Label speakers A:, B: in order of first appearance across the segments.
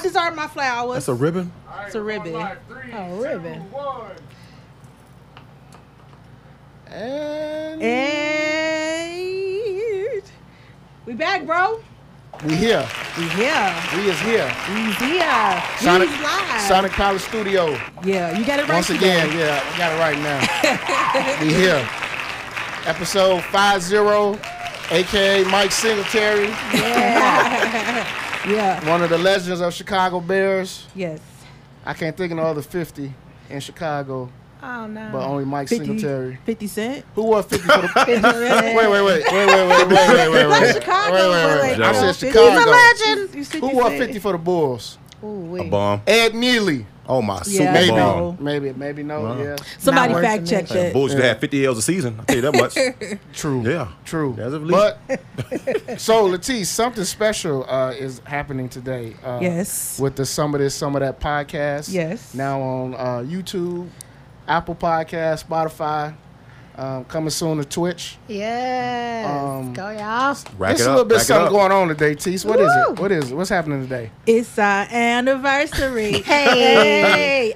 A: These are my flowers.
B: That's a ribbon.
A: It's a ribbon.
C: Oh, ribbon.
B: And
A: And we back, bro.
B: we here.
A: Yeah.
B: We is here.
A: Yeah.
B: Sonic,
A: We's live.
B: Sonic College Studio.
A: Yeah, you got it right.
B: Once
A: today.
B: again, yeah, we got it right now. we here. Episode 50, aka Mike Singletary,
A: Yeah.
B: one of the legends of Chicago Bears.
A: Yes.
B: I can't think of the other 50 in Chicago,
A: Oh no.
B: but only Mike
D: 50
B: Singletary.
D: 50 Cent.
B: Who was 50 for the
A: Wait,
B: Wait, wait, wait, wait, wait, wait, wait, wait,
A: Not
B: wait.
A: Chicago,
B: wait, wait,
A: but
B: wait.
A: like
B: I
A: you know,
B: said
A: 50
B: Chicago.
A: He's a legend.
B: Who was 50 for the Bulls?
A: Ooh,
C: A
A: wait.
C: bomb.
B: Ed Neely.
C: Oh my
A: Yeah.
C: Super
B: Maybe,
C: Bowl.
B: maybe, maybe no.
C: Wow.
B: Yeah,
D: Somebody
A: Not worth
D: fact
A: the
D: check
A: mention.
D: that.
C: Bulls to have 50 L's a season. I tell you that much.
B: true.
C: Yeah.
B: true.
C: As of
B: But so, Latisse, something special uh, is happening today. Uh,
D: Yes.
B: with the some of this, some of that podcast.
A: Yes.
B: now on uh, YouTube, Apple Podcast, Spotify. Um, coming soon to Twitch.
A: Yes.
B: Um,
A: Go y'all.
C: Rack
B: There's
C: it
B: a
C: up,
B: little bit
C: rack it
B: something
C: up.
B: going on today, Tease. What is
A: Woo!
B: it? What is it? What's happening today?
D: It's our anniversary.
A: Hey.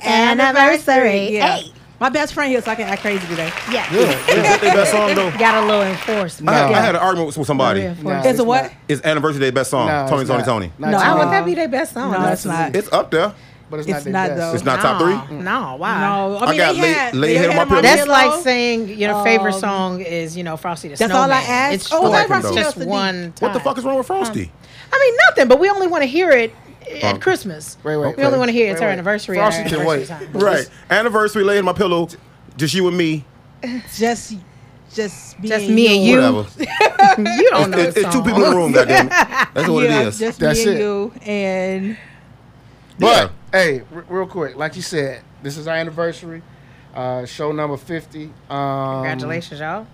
D: Anniversary.
A: Yeah.
E: Hey. Oh,
D: My best friend here, so I can act crazy today.
E: Yeah.
B: Good.
C: Is that their best song though?
E: Got a little enforcement.
C: I, had,
B: No.
C: I had an argument with- with somebody.
E: Real
B: No,
E: enforcement.
D: It's a what?
B: not.
C: It's anniversary day best song.
B: No,
C: Oh, Tony,
B: it's
C: Tony,
B: not.
C: Tony.
B: Not
D: No.
B: Tony,
A: Why would
D: Uh,
A: that be their best song?
D: No, it's not.
C: It's up there.
B: But it's,
D: it's
B: not,
D: not
B: their best.
D: though.
C: It's not top three.
E: No, why?
D: No, I
C: I
D: mean,
C: got
D: they
C: laid-
D: had,
C: laid
D: they
C: head on
D: had
C: my
D: them
C: pillow.
E: That's like
D: pillow.
E: saying your favorite
D: Um,
E: song is, you know, Frosty the
D: That's all
E: Snowman.
D: I asked?
E: It's
D: Oh,
E: short.
C: that Frosty
E: just
D: the Snowman.
E: one time.
C: What the fuck is wrong with Frosty?
E: I mean, nothing, but we only want to hear it at
C: Oh.
E: Christmas.
B: Wait, wait,
E: We only
B: wait.
E: want to hear it's
B: Wait,
E: our
B: wait.
E: anniversary.
B: Frosty
E: at our
B: can
E: anniversary
B: wait.
E: time.
C: Right. Anniversary laid in my pillow. Just you and me.
D: Just, just me
E: Just
D: and
E: me and you.
C: Whatever.
E: You don't know
C: It's,
E: the
C: it's two
E: song.
C: people in the room, goddamn it. That's what
D: yeah,
C: it is.
D: Just
B: That's
D: me and
B: it.
D: you and
B: But
C: Yeah.
B: hey, r- real quick, like you said, this is our anniversary. Uh, show number fifty. Um,
E: Congratulations, y'all.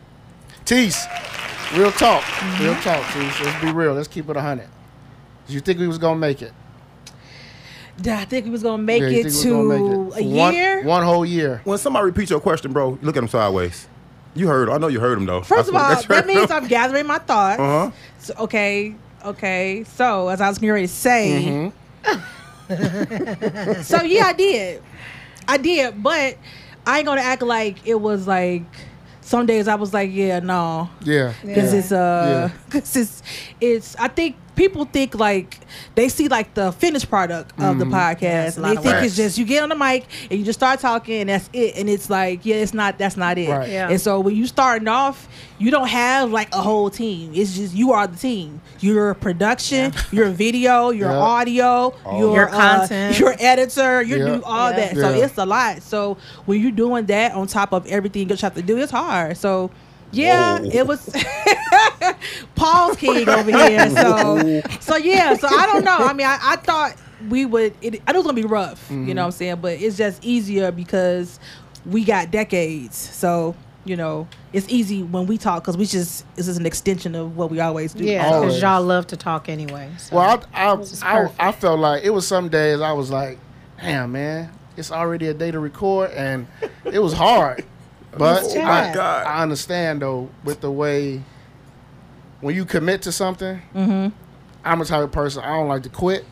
B: Tease. Real talk,
D: Mm-hmm.
B: real talk, Tease. Let's be real. Let's keep it hundred. Did you think we was gonna make it?
D: I think we was gonna make
B: Yeah, you
D: it
B: think we was
D: to
B: gonna
D: a
B: For one,
D: year.
B: one whole year.
C: When somebody repeats your question, bro, look at them sideways. You heard. 'em. I know you heard him though.
D: First of all, that means
C: Uh
D: I'm gathering my thoughts.
B: Uh-huh.
C: huh.
D: So, okay, okay. So as I was getting ready to say,
B: Mm-hmm.
D: so yeah, I did, I did, but I ain't gonna act like it was like. Some days I was like, yeah, no,
B: Yeah.
D: because
B: yeah.
D: it's uh, because it's it's. I think people think like they see like the finished product of the
B: Mm.
D: podcast,
E: Yes, a
D: and
E: lot
D: they
E: of
D: think
C: work.
D: it's just you get on the mic and you just start talking and that's it, and it's like yeah, it's not that's not it.
B: Right.
E: Yeah.
D: And so when you starting off, you don't have like a whole team. It's just you are the team. Your production, your video, your
B: Yeah.
D: audio, your,
E: Your
D: uh,
E: content.
D: your editor, you
B: Yeah.
D: do all
E: Yeah.
D: that. So
B: Yeah.
D: it's a lot. So when you're doing that on top of everything you have to do, it's hard. So yeah,
C: Whoa.
D: it was Paul's king over here. So so yeah, so I don't know. I mean, I, I thought we would. It, I know it's gonna be rough.
B: Mm-hmm.
D: You know what I'm saying? But it's just easier because we got decades. So. You know, it's easy when we talk because we just this is an extension of what we always do.
E: Yeah,
B: Always.
E: because y'all love to talk anyway. So.
B: Well, I I,
E: is
B: I,
E: perfect.
B: I felt like it was some days I was like, damn man, it's already a day to record, and it was hard. But
E: It's
B: I,
E: hard.
C: God.
B: I understand though with the way when you commit to something,
D: Mm-hmm.
B: I'm a type of person I don't like to quit.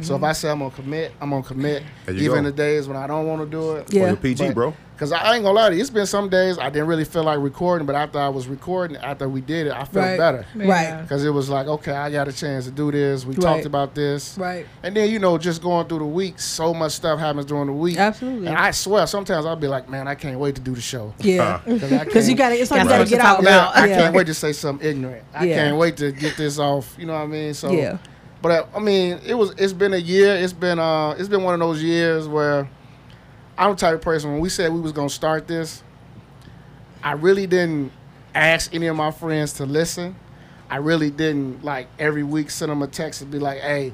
B: So if I say I'm gonna commit, I'm gonna commit.
C: There you
B: Even
C: go.
B: the days when I don't want to do it.
D: Yeah.
C: Or your PG,
B: But-
C: bro.
B: Cause I ain't gonna lie to you, it's been some days I didn't really feel like recording, but after I was recording, after we did it, I felt
D: Right.
B: better.
D: Right.
B: Because it was like, okay, I got a chance to do this. We
D: Right.
B: talked about this.
D: Right.
B: And then, you know, just going through the week, so much stuff happens during the week.
D: Absolutely.
B: And I swear, sometimes I'll be like, man, I can't wait to do the show.
D: Yeah.
C: Uh,
D: Because you got to, it's like you got to
C: Right.
D: get out.
B: Yeah, I
D: Yeah.
B: can't wait to say something ignorant. I
D: Yeah.
B: can't wait to get this off. You know what I mean? So,
D: Yeah.
B: but uh, I mean, it was. It's been a year. It's been. Uh, it's been one of those years where I'm the type of person. When we said we was gonna start this, I really didn't ask any of my friends to listen. I really didn't like every week send them a text and be like, "Hey,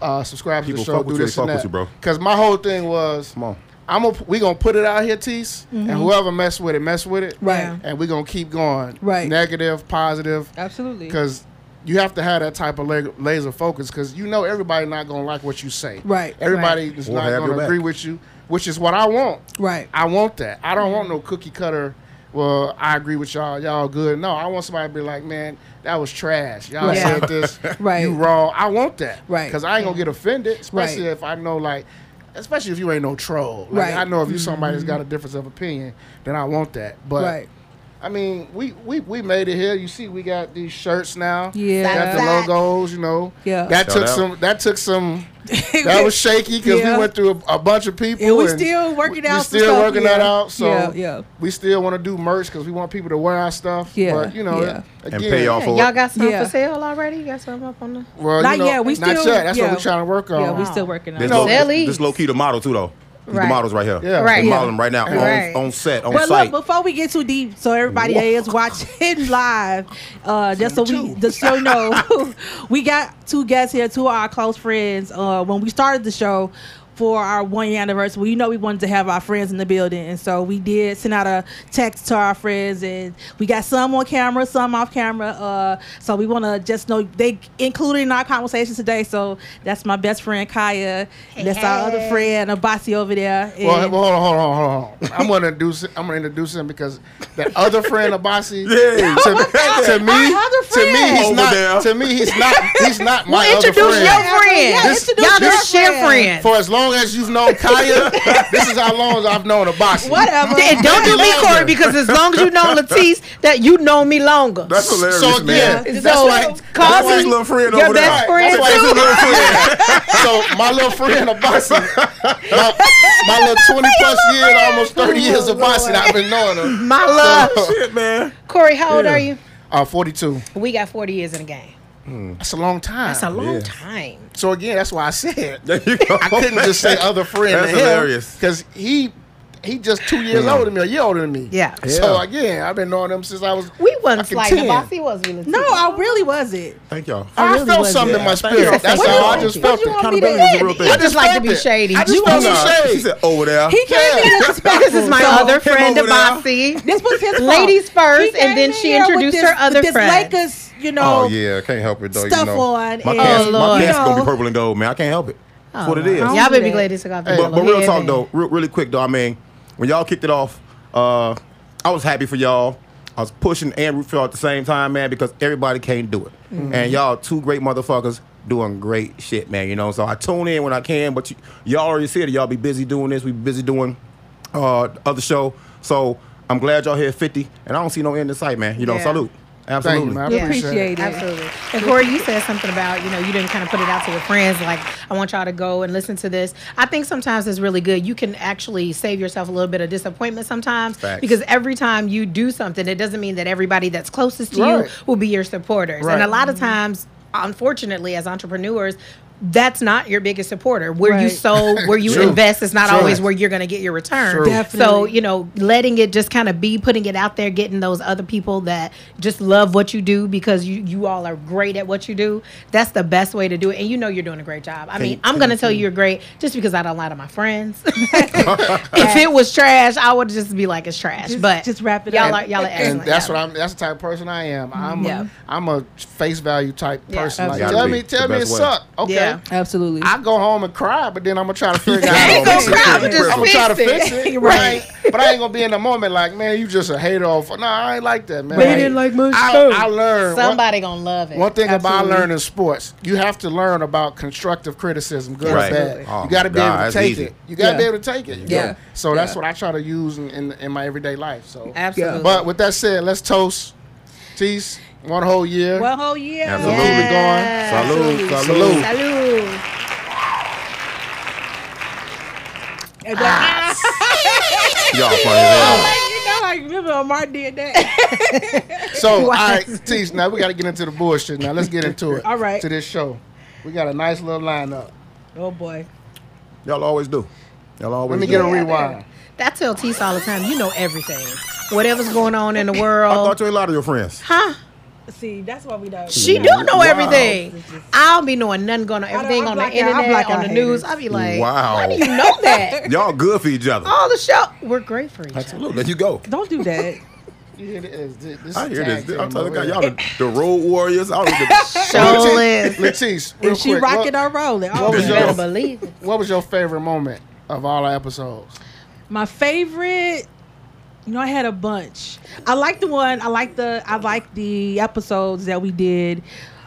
B: uh, subscribe to
C: People
B: the show.
C: fuck
B: Do
C: with you, they
B: this and
C: fuck with
B: that."
C: you, bro.
B: Because my whole thing was,
C: Come on.
B: I'm gonna we gonna put it out here, Tease, and whoever mess with it, mess with it,
D: Mm-hmm. Right.
B: And we gonna keep going,
D: Right.
B: Negative, positive,
D: Absolutely.
B: because you have to have that type of la- laser focus, because you know everybody not gonna like what you say,
D: Right.
B: Everybody is
C: Or
B: not
C: have your
B: gonna
C: back.
B: agree with you, which is what I want.
D: Right. Mm-hmm.
B: I want that. I don't want no cookie cutter. well, I agree with y'all. Y'all good. No, I want somebody to be like, man, that was trash. Y'all
D: Right.
B: said this.
D: Right.
B: You wrong. I want that.
D: Right.
B: Because I ain't gonna get offended, especially
D: Right.
B: if I know like. Especially if you ain't no troll. Like,
D: Right. Mm-hmm.
B: I know if you somebody that's got a difference of opinion, then I want that. But
D: right.
B: I mean, we, we we made it here. You see, we got these shirts now.
D: Yeah.
B: got the
A: Back.
B: logos. You know,
D: Yeah.
B: That
C: Shout
B: took
C: out.
B: some. That took some. That was shaky because
D: Yeah.
B: we went through a, a bunch of people.
D: And we
B: and
D: still working
B: we-
D: out some
B: We still
D: stuff,
B: working that
D: yeah.
B: out. So
D: Yeah, yeah.
B: we still want to do merch because we want people to wear our stuff.
D: Yeah,
B: but you know,
D: yeah.
B: again,
C: And pay off
E: Yeah,
C: for
E: y'all
C: it.
E: got some
D: Yeah.
E: for sale already? You got some up on the.
B: Well, you
D: Not
B: know,
D: yet. We
B: not
D: still-
B: yet. That's
D: yeah.
B: what we're trying to work on.
D: Yeah, we
E: Wow.
D: still working on
C: This
D: it.
B: No.
C: low,
E: Silly.
C: this low key the model too though. He's The
E: Right.
C: models right here.
B: Yeah.
E: Right.
C: They modeling right now
E: Right.
C: on, on set on
D: But
C: site.
D: look, before we get too deep, so everybody that is watching live, uh, just so we just so you know, we got two guests here, two of our close friends. Uh, when we started the show for our one year anniversary, you know we wanted to have our friends in the building, and so we did send out a text to our friends, and we got some on camera, some off camera. Uh, so we want to just know they included in our conversation today. So that's my best friend Kaya, and that's our other friend Abasi over there. And,
B: Well, well, hold on, hold on, hold on, hold on. I'm gonna introduce. I'm gonna introduce him because that other friend of Bossy,
E: Oh
C: Yeah.
B: to, to me,
D: Our other
B: to me,
D: friend.
B: he's
C: Over
B: not.
C: there.
B: To me, he's not. He's not my
E: Well,
B: other
E: introduce
B: friend.
E: your
D: Yeah,
E: friend.
D: yeah, introduce
E: y'all
D: your
E: just share
D: friend.
E: friends.
B: For as long as you've known Kaya, this is how long as I've known a bossy.
D: Whatever.
E: And don't do me,
B: Longer.
E: Corey, because as long as you know Latisse, that you know me longer.
C: That's hilarious,
B: So
C: man.
B: again,
E: man.
B: that's why.
E: So,
B: that's
E: Cosby-
B: why-
C: His little friend
E: Your
C: over there.
E: best
B: That's
E: friend
B: why
E: too.
B: his little friend. so my little friend of bossy, my, my little twenty plus years, almost thirty years of bossy, I've been knowing her.
E: Oh, My love,
C: Shit, man.
E: Corey, how old
C: Yeah.
E: are you?
B: Uh, forty two.
E: We got forty years in the game.
B: That's a long time.
E: That's a long
C: Yeah.
E: time.
B: so again, that's why I said.
C: There you go.
B: I couldn't just say other friend.
C: That's hilarious.
B: Because he he just two years
C: Yeah.
B: older than me, a year older than me.
E: Yeah.
B: So
C: Yeah.
B: again, I've been knowing him since I was.
E: We wasn't
B: Fucking
E: sliding the
B: 10.
E: bossy, was we? Latisha?
D: No, I really wasn't.
C: Thank y'all.
B: I,
D: really
B: felt
D: wasn't.
B: something in my
C: Yeah, thank you.
B: spirit. That's
C: Thank you.
B: how I just
C: What
B: felt
D: you
B: it.
D: want me
C: Accountability is a real
E: I
C: thing.
E: just like to
B: felt
E: be
B: it.
E: shady.
B: I just
E: You
B: felt
E: wanna-
B: some shade.
C: She said over there.
D: He came
B: Yeah.
D: in
E: This is my
D: So,
E: other
C: him
E: friend,
C: over there.
E: Debassi.
D: This was his fault.
E: Ladies first,
D: He
E: and
D: came
E: then
D: in
E: she
D: here with
E: introduced
D: this-
E: her other
D: with this
E: friend.
D: Lakers, you know.
C: Oh yeah, I can't help it though.
D: stuff
C: you know,
D: on
C: my
D: and-
C: pants,
E: Oh,
C: my
E: Lord.
C: pants gonna
D: No. Oh,
C: be purple and gold, man. I can't help it. That's what it is.
D: Lord.
E: Oh, Y'all
D: do
E: better be
D: that.
E: glad this got the
C: but,
E: yellow
C: but real
E: head
C: talk
E: in.
C: though, real, really quick though. I mean, when y'all kicked it off, uh, I was happy for y'all. I was pushing and root for y'all at the same time, man, because everybody can't do it.
B: Mm-hmm.
C: And y'all two great motherfuckers doing great shit, man. You know, so I tune in when I can, but you, y'all already said it. Y'all be busy doing this. We busy doing uh the other show. So I'm glad y'all here 50, and I don't see no end in sight, man. You know,
E: Yeah.
C: salute. Absolutely.
B: man. I
D: We
E: Yeah.
D: appreciate it.
E: Absolutely. And Corey, you said something about, you know, you didn't kind of put it out to your friends, like, I want y'all to go and listen to this. I think sometimes it's really good. You can actually save yourself a little bit of disappointment sometimes
C: Facts.
E: because every time you do something, it doesn't mean that everybody that's closest to
B: Right.
E: you will be your supporters. And
B: Right.
E: a lot of times, unfortunately, as entrepreneurs, that's not your biggest supporter. Where you
D: Right.
E: sow, where you
B: True.
E: invest, is not
B: True.
E: always where you're going to get your return.
B: True.
E: So,
D: Definitely.
E: you know, letting it just kind of be, putting it out there, getting those other people that just love what you do because you, you all are great at what you do. That's the best way to do it. And you know you're doing a great job. I mean, I'm going to tell you you're great just because I don't lie to my friends. if it was trash, I would just be like, it's trash.
D: Just-
E: but
D: just wrap it
E: y'all
D: up.
E: Are, y'all are excellent.
B: And that's
E: yeah.
B: what I'm. That's the type of person I am. I'm.
D: Yeah.
B: A, I'm a face value type
E: Yeah,
B: person. Like,
C: absolutely.
B: tell
C: Gotta
B: me,
C: be.
B: tell
C: The
B: me it
C: best way.
B: sucked. Okay.
E: Yeah.
D: Absolutely.
B: I go home and cry, but then I'm gonna try to figure out.
E: I
B: how
E: ain't
B: to
E: gonna
B: fix it.
E: cry, but
B: I'm
E: just
B: gonna try to
E: fix
B: fix
E: it.
B: it.
D: Right.
B: But, I ain't, but I ain't gonna be in the moment like, man, you just a hater off. No, I ain't like that, man.
D: But you didn't like my
B: I,
D: show.
B: I learned one-
E: Somebody going to love it.
B: One thing
D: Absolutely.
B: about learning sports, you have to learn about constructive criticism, good
C: Right.
B: or bad.
C: Absolutely.
B: you got to be
C: Oh,
B: able to
C: that's
B: take
C: easy.
B: it. You got to be
D: Yeah.
B: able to take it.
D: Yeah.
B: Yeah. So that's
D: Yeah.
B: what I try to use in, in, in my everyday life. So,
E: Absolutely.
B: but with that said, let's toast, tease one whole year.
D: well, oh yeah.
C: Absolutely.
B: Where we
C: Salute,
B: going?
C: salute.
B: Salute.
E: Salud.
D: And that-
C: Y'all funny as
E: Oh,
C: hell.
D: you know, like remember Omar did that.
B: So, all right, tease. Now we got to get into the bullshit. Now let's get into it.
D: All right.
B: To this show, we got a nice little lineup.
D: oh boy.
C: Y'all always do. Y'all always
B: Let me
C: do.
B: get a rewind.
E: I tell Tisa all the time, you know everything. Whatever's going on in the
C: I thought
E: world.
C: you ain't a lot of your friends.
E: Huh?
D: See, that's why we don't.
E: She do know
C: Wow.
E: everything. I'll be knowing nothing going on. Everything
D: I
E: on the
D: block out- I
E: internet,
D: block
E: on
D: out
E: the news.
D: haters.
E: I'll be like,
C: Wow.
E: how do you Oh. know that?
C: Y'all good for each other.
E: all the show. We're great for each other.
C: Absolutely. There you go.
D: Don't do that.
B: You hear this? This- this
C: I hear this.
B: tag team
C: I'm telling
B: over
C: God,
B: here.
C: y'all the, the road warriors. I don't give a
E: Show
B: Letice-
E: list.
B: Letice, real
D: if she
B: quick,
D: rocking
B: what-
D: or rolling. Oh,
B: what was
E: You
D: yeah.
B: your-
E: better believe it.
B: What was your favorite moment of all our episodes?
D: My favorite You know, I had a bunch. I like the one. I like the. I like the episodes that we did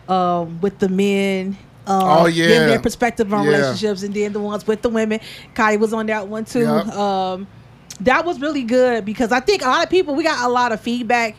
D: um, with the men. Um,
B: Oh, yeah.
D: giving their perspective on
B: Yeah.
D: relationships, and then the ones with the women. Kai was on that one too.
B: Yep.
D: Um, that was really good because I think a lot of people. We got a lot of feedback.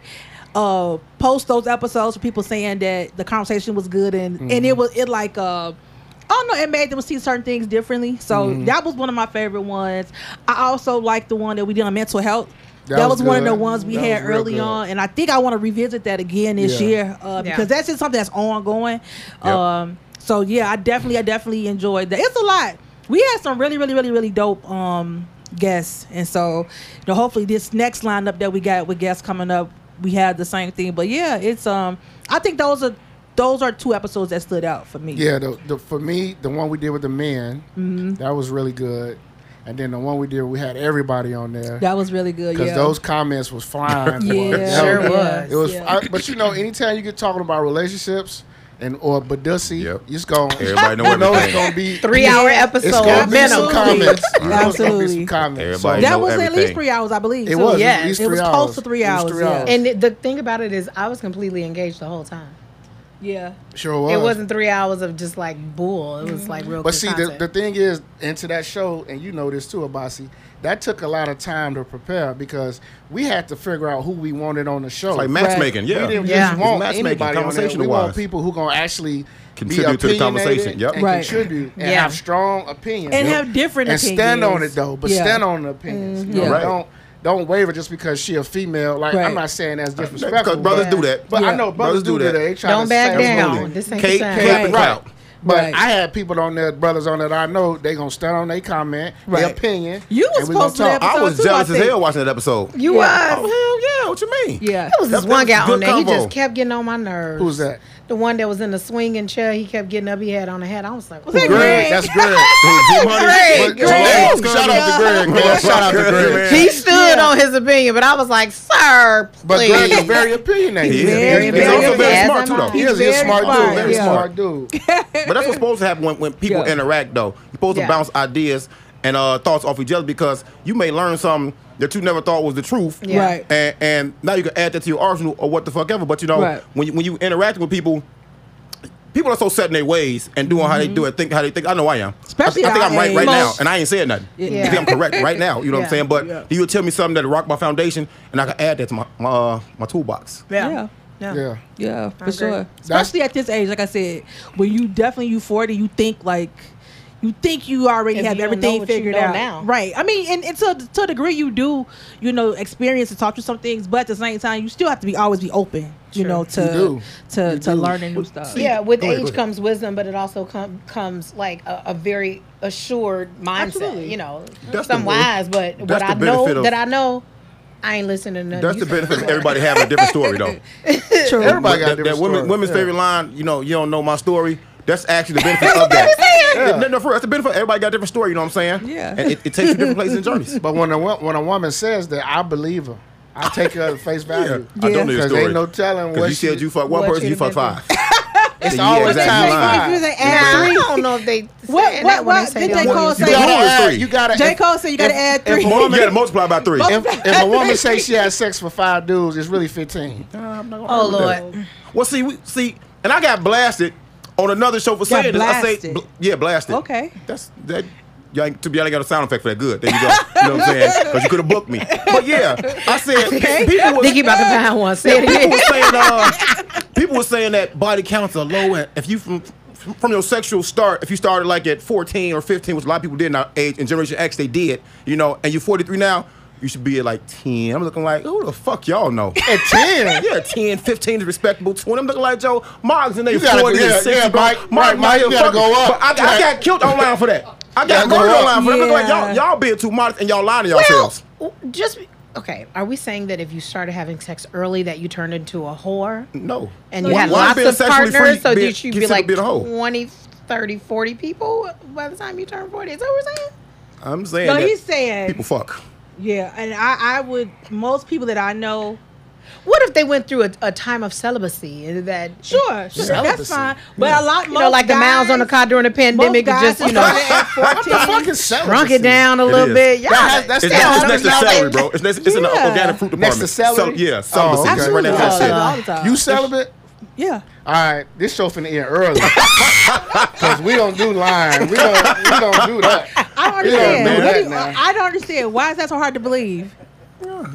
D: Uh, post those episodes for people saying that the conversation was good and
B: Mm-hmm.
D: and it was it like uh. I don't know. It made them see certain things differently. So
B: Mm-hmm.
D: that was one of my favorite ones. I also like the one that we did on mental health
B: That
D: that,
B: was
D: was, one of the
B: good.
D: ones we
B: That
D: had
B: was real
D: early
B: good.
D: on, and I think I want to revisit that again this
B: Yeah.
D: year uh,
E: Yeah.
D: because that's just something that's ongoing. Um, so yeah, I definitely, I definitely enjoyed that. It's a lot. We had some really, really, really, really dope um, guests, and so you know, hopefully this next lineup that we got with guests coming up, we had the same thing. But yeah, it's um, I think those are those are two episodes that stood out for me.
B: Yeah, the, the for me, the one we did with the men,
D: Mm-hmm.
B: that was really good. And then the one we did, we had everybody on there
D: that was really good.
B: because
D: Yeah,
B: those comments was flying. for us.
D: yeah,
B: That
E: Sure
B: was-
E: was.
B: It was,
D: yeah.
B: I- but you know, anytime you get talking about relationships and or badussy,
C: Yep.
B: it's going.
C: Everybody know
B: you know it's
C: everything.
B: gonna be
E: Three hour episode.
B: It's gonna be some
E: minimum.
B: comments. You know it's gonna be
D: Absolutely.
B: some comments. So,
C: Everybody
D: that
C: know
D: was at least
C: everything.
D: three hours, I believe.
B: it
D: too.
B: was
E: yeah,
B: at least
D: it was
B: three
D: close
B: hours.
D: to three
B: It was
D: hours,
B: three
D: yeah.
B: hours.
E: And the thing about it is, I was completely engaged the whole time.
D: yeah.
B: sure was.
E: It wasn't three hours of just like bull. It was like real.
B: But
E: good
B: see, the,
E: content.
B: the thing is, into that show, and you know this too, Abasi, that took a lot of time to prepare because we had to figure out who we wanted on the show.
C: Like matchmaking,
B: we
C: yeah.
B: didn't
E: Yeah.
B: just want
C: It's matchmaking,
B: anybody on there. We
C: conversational
B: want
C: wise.
B: people who gonna actually be
C: Contribute to the conversation,
B: opinionated
C: yep.
B: and
D: Right.
B: contribute and
E: Yeah.
B: have strong opinions
D: And have different
B: and stand on it
D: opinions.
B: though, but
D: Yeah.
B: stand on the opinions. you
D: yeah.
B: know?
C: Right.
B: Don't don't waver just because she a female. Like
D: Right.
B: I'm not saying that's disrespectful.
C: Because brothers
B: but-
C: do that.
B: But I
D: Yeah.
B: know
C: Brothers
B: brothers, do
C: do
B: that.
C: that.
B: They try
E: Don't
B: to
E: back
B: stand-
E: down.
C: Absolutely.
E: This ain't
C: Kate,
E: the time.
C: Kate,
D: Right.
C: and Clout.
B: But
D: Right.
B: I had people on there, brothers on there that I know they gonna stand on their comment, their
D: Right.
B: opinion.
D: You was
B: and we gonna
D: supposed to
B: talk.
D: be
C: I was
D: Episode two,
C: jealous
D: I
C: as
D: think.
C: hell watching that episode.
E: you was.
C: Oh hell yeah! What you mean?
D: Yeah.
E: It was this
C: That-
E: one
C: that's
E: guy on
C: good
E: there. He
C: combo.
E: just kept getting on my nerves.
B: Who's that?
E: The one that was in the swinging chair. He kept getting up. He had on a hat. I was like,
D: that
E: "Ooh."
D: Greg?
B: Greg, that's Greg.
E: Greg,
B: But- Greg.
E: Greg.
B: Shout out to Greg, man. Shout out to Greg.
E: He stood on his opinion, but I was like, sir,
B: But Greg is
E: please.
B: very opinionated.
C: He
B: He's
C: is.
D: Very,
C: He's also
D: very
C: very
E: good.
C: smart too, though.
B: He is. He's a
D: Very
B: smart dude.
D: smart,
B: Very
D: yeah.
B: smart dude.
C: But that's what's supposed to happen when, when people
D: Yeah.
C: interact, though. You're supposed
E: Yeah.
C: to bounce ideas and uh, thoughts off each other because you may learn something that you never thought was the truth.
E: Yeah.
D: Right.
C: And, and now you can add that to your arsenal or what the fuck ever. But you know,
D: Right.
C: when, you, when you interact with people, people are so set in their ways and doing how they do it, think how they think. I know I am.
D: Mm-hmm. Especially
C: I, think
D: at
C: I think
D: our
C: I'm right right
D: age.
C: now,
D: Most-
C: and I ain't saying nothing.
E: Yeah.
C: You think I'm correct right now? You know what
E: Yeah.
C: I'm saying? But
D: Yeah.
C: you would tell me something that rock my foundation, and I can add that to my my, uh, my toolbox.
D: Yeah.
B: Yeah.
D: Yeah, for
E: agree.
D: sure.
B: That's-
D: Especially at this age, like I said, when you definitely you forty, you think like you think you already
E: If
D: have
E: you don't know
D: everything
E: what you
D: figured
E: know
D: out.
E: now.
D: Right. I mean, and, and to to a degree you do, you know, experience and talk through some things, but at the same time you still have to be always be open, you
E: Sure.
D: know,
B: You
D: to
B: do.
D: to to
B: You do.
D: learning new stuff.
E: Yeah, with
C: Go ahead, go
E: age
C: ahead.
E: comes wisdom, but it also com- comes like a, a very assured mindset.
D: Absolutely.
E: You know,
C: That's
E: some
C: the wor-
E: wise, but what
C: that's the
E: I know
C: benefit of-
E: that I know, I ain't listening to
C: That's
E: nothing.
C: the benefit of everybody having a different story, though.
B: Everybody got
C: that,
B: a
C: that
B: different
C: women,
B: story.
C: women's
B: Yeah.
C: favorite line, you know, you don't know my story. That's actually the benefit of that. Yeah. No, no, for real, that's the benefit. Everybody got a different story. You know what I'm saying?
D: Yeah.
C: And it, it takes you different places and journeys.
B: But when a wo- when a woman says that, I believe her. I take her at face value.
C: I don't know your
B: Because
C: story.
B: ain't no telling
C: Because
B: what
C: you said
B: she-
C: you fuck one
E: what
C: person,
E: you
C: you fuck
E: done
C: five.
B: It's
C: Yeah,
B: always
C: exactly.
B: time
C: Line.
D: If
B: line.
D: you say,
E: Yeah,
D: "Add
E: I
D: three."
E: don't know if they
D: What-
E: said
D: what-
E: that when
D: what
E: they
D: did
E: said
D: they
E: that.
D: call
B: You
D: say-
B: gotta
C: Always
B: add-
C: three.
B: You gotta.
D: J.
B: if-
D: Cole said you gotta add three.
B: If a
C: You
B: woman
C: got to multiply by three.
B: if, if a woman say she had sex with five dudes, it's really fifteen.
E: Oh Lord,
C: Well, see, we see, and I got blasted on another show for saying this. I say,
D: blasted.
C: bl- yeah, blasted.
D: Okay.
C: That's that. Y'all, ain't- to be honest, I got a sound effect for that. Good. There you go. You know what I'm saying? Because you could have booked me. But yeah, I said people was
E: think you about to find one. Say it
C: people
E: again.
C: were saying uh, people were saying that body counts are low. And if you from from your sexual start, if you started like at 14 or 15, which a lot of people did in our age, in Generation X, they did. You know, and you're 43 now, you should be at like 10. I'm looking like, who the fuck y'all know?
B: At ten,
C: Yeah, 10, 15 is respectable. 20, I'm looking like Joe Moggs in their
B: You gotta-
C: 40s
B: yeah,
C: and 60s.
B: yeah,
C: bro.
B: Mike, right,
C: not
B: Mike, you
C: a
B: gotta
C: fucking-
B: go up.
C: But I, I
B: Right.
C: got killed online for that. I got
B: gotta go
C: murdered
B: up.
C: online for that. I'm looking
D: Yeah.
C: like y'all, y'all being too modest and y'all lying to
E: Well,
C: yourselves.
E: w- just okay. Are we saying that if you started having sex early, that you turned into a whore?
C: no.
E: and you
C: Why-
E: had
C: why
E: lots
C: being
E: of
C: sexually
E: partners,
C: free
E: so
C: being-
E: did you be
C: considered
E: like
C: being a hoe?
E: 20, 30, 40 people by the time you turn 40? Is that what we're saying?
C: I'm saying
D: No,
C: that
D: he's saying
C: people fuck.
D: Yeah, and I, I would most people that I know
E: What if they went through a, a time of celibacy? Is That
D: Sure, sure, that's
B: Celibacy.
D: fine. But a lot,
E: you know, like the miles on the car during the pandemic, it just you know
B: What the fuck is celibacy?
E: shrunk it down a little
C: is.
E: bit. Y'all,
B: That has- that's
C: It's,
B: Yeah,
C: next- it's
B: I
C: next to
B: don't know.
C: celery, bro. It's next. It's in the
D: Yeah.
C: organic fruit
B: Next
C: department.
B: to celery?
C: Cel- yeah,
B: Oh,
C: celibacy.
B: okay.
C: Just right next to that
D: Absolutely.
C: shit.
D: all the time.
B: You celibate?
D: yeah.
B: All right, this show finna end early. Cause we don't do lying. We don't. We don't do that.
D: I don't
B: Yeah,
D: understand.
B: man.
D: What do you-
B: That now.
D: I don't understand. Why is that so hard to believe?
B: Huh?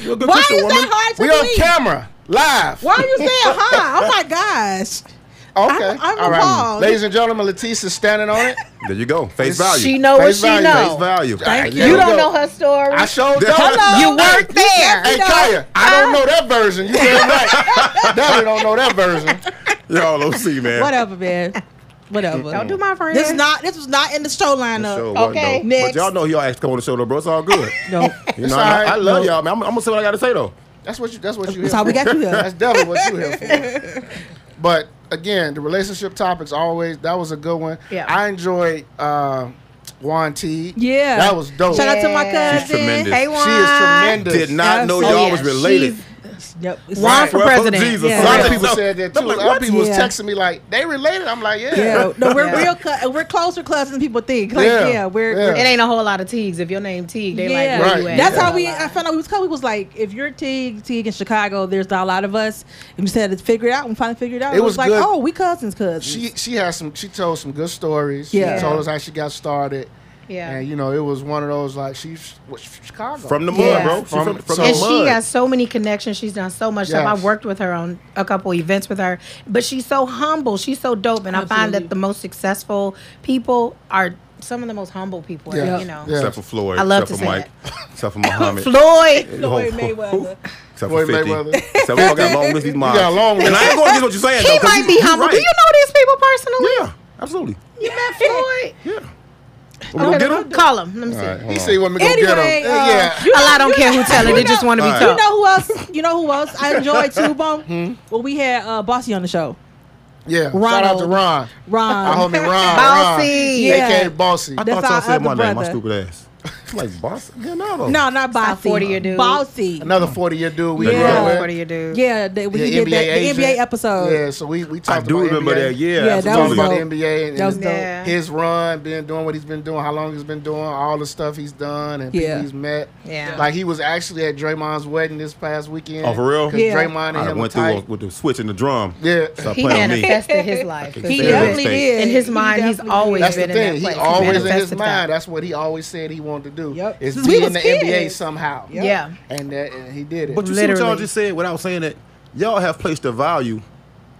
C: You're a good
D: Why
C: Christian
D: is
C: woman.
D: that hard to
B: We on
D: believe?
B: camera, live.
D: Why are you saying hi? Oh my gosh.
B: Okay.
D: I'm- I'm
B: All right,
D: appalled.
B: ladies and gentlemen, Letitia's standing on it.
C: There you go. Face value.
E: she know what
B: Face
E: she
B: value,
E: know.
C: Face value.
B: Thank
E: You don't know her story.
B: I showed
C: Hello.
B: don't.
E: you weren't there.
B: Hey, Kaya, I don't know that version. You damn right. Definitely don't know that version.
C: Y'all OC man.
D: Whatever, man. Whatever.
E: Don't do my friend.
D: This not. This was not in the show
C: That
D: lineup. Oh,
C: sure wasn't,
E: Okay,
C: though.
E: next.
C: But y'all know y'all asked to come on the show though, bro. It's all good.
D: No.
C: You
B: It's
C: know,
B: all
C: I-
B: right.
C: I, love y'all, man. I'm, I'm gonna say what I gotta say though.
B: That's what you. That's what you.
D: That's
B: here
D: how we
B: for.
D: got you here.
B: That's definitely what you here for. But again, the relationship topics always. That was a good one.
E: Yeah.
B: I enjoyed uh, Juan T.
D: Yeah.
B: That was dope.
D: Shout out to my
E: Yeah.
D: cousin.
E: She's
C: tremendous.
E: Hey,
C: She
E: Juan.
B: She is tremendous.
C: Did not know
D: Oh,
C: y'all
D: yeah.
C: was related.
D: Yep. It's
E: Juan
D: right.
E: for
C: Well, fuck
E: president.
C: Jesus.
D: Yeah.
B: A lot of
D: Yeah.
B: people
C: No.
B: said that too.
C: I'm like,
B: a lot
C: what?
B: of people was
D: Yeah.
B: texting me like they related. I'm like, yeah.
D: Yeah. No, we're
E: Yeah.
D: real. Cu- we're closer cousins than people think. Like, yeah,
B: Yeah.
D: we're.
B: Yeah.
D: we're-
E: It ain't a whole lot of Teagues. If your name Teague, they
D: yeah.
E: like where
B: Right.
E: you at.
D: That's
B: Yeah.
D: how we. I found out we was cousin. We was like, if you're Teague, Teague in Chicago, there's not a lot of us. And we said to figure it out. We finally figured it out.
B: It
D: It was,
B: was
D: like,
B: good.
D: oh, we cousins, cousins.
B: She she has some. She told some good stories.
D: Yeah.
B: She told us how she got started.
E: Yeah.
B: And you know, it was one of those like she's what's from Chicago.
C: From the mud,
D: Yeah.
C: bro. She
B: From-
C: from, from
B: so-
C: the
E: and
B: so
E: she
C: mud.
E: has so many connections. She's done so much stuff.
B: Yes.
E: I worked with her on a couple events with her, but she's so humble. She's so dope, and I find
D: Absolutely.
E: that the most successful people are some of the most humble people.
B: Yeah.
E: You know,
B: Yeah.
C: Except for Floyd.
E: I love
C: except
E: to
C: for
E: say
C: Mike. Except for Muhammad.
E: Floyd.
D: Floyd
C: Oh,
D: Mayweather.
C: Except
B: Floyd
C: for 50.
B: Mayweather.
C: Except for I got a long list of these mobs.
B: got a long
C: And
B: list.
C: I ain't going against what you're saying, though.
E: He
C: 'cause
E: might
C: you-
E: be
C: you
E: humble. Do
C: right.
E: you know these people personally?
C: Yeah, absolutely.
E: You met Floyd.
C: Yeah.
E: Okay,
C: We'll get
E: let me
C: him.
E: Call him. Let me see.
B: He said, "Let me go get him."
D: Anyway, uh,
B: yeah.
E: a lot don't care who tell it. They just want to be
C: All right.
E: told.
D: You know who else? You know who else I enjoyed too, Bum?
B: Hmm?
D: Well, we had uh, Bossy on the show.
B: Yeah. Shout out to
D: Ronald.
B: Ron. Our
D: Ron.
B: homie Ron.
E: Bossy.
B: Ron,
D: Yeah.
B: AKA Bossy.
C: I
D: That's
C: thought y'all
D: our
C: said my
D: other
C: name, my
D: brother.
C: stupid ass. I'm like, boss? Yeah, no, though.
D: No, not
E: Stop
D: Bossy.
E: 40 or dude.
D: Bossy.
B: Another 40 year dude we
C: Yeah.
B: grew up with.
E: What do you do?
D: Yeah, they,
B: Yeah,
D: he did that,
B: agent.
D: the NBA episode.
B: Yeah, so we, we
C: I
B: talked
C: do
B: about
C: remember
B: NBA.
C: that. Yeah,
D: Yeah,
B: That was
C: absolutely.
B: about the
D: dope.
B: NBA and
D: That was
B: his,
D: dope.
E: Yeah.
B: his run, being doing what he's been doing, how long he's been doing, all the stuff he's done, and
D: Yeah.
B: people he's met.
E: Yeah.
B: like he was actually at Draymond's wedding this past weekend.
C: Oh, for real?
B: 'Cause
D: Yeah.
B: Draymond and
C: I
B: him were
C: went through
B: tight.
C: with the switch and the drum.
B: Yeah,
C: Stop
E: He
C: playing with me.
E: manifested his life.
C: He
E: He
D: He
C: Yeah.
D: definitely
C: Yeah.
D: did.
E: in his
D: He
E: mind, he's
D: definitely
E: always
D: did.
B: that's the
E: been in
B: thing.
E: that
B: He
E: place.
B: always in his
E: manifested
B: mind.
E: that.
B: That's what he always said he wanted to do.
D: Yep.
B: is
D: Since we
B: be
D: was
B: in the
D: kids.
B: NBA somehow.
D: Yep.
E: Yeah.
B: and that and he did it.
C: But you see what y'all
E: Literally.
C: just said without saying that y'all have placed a value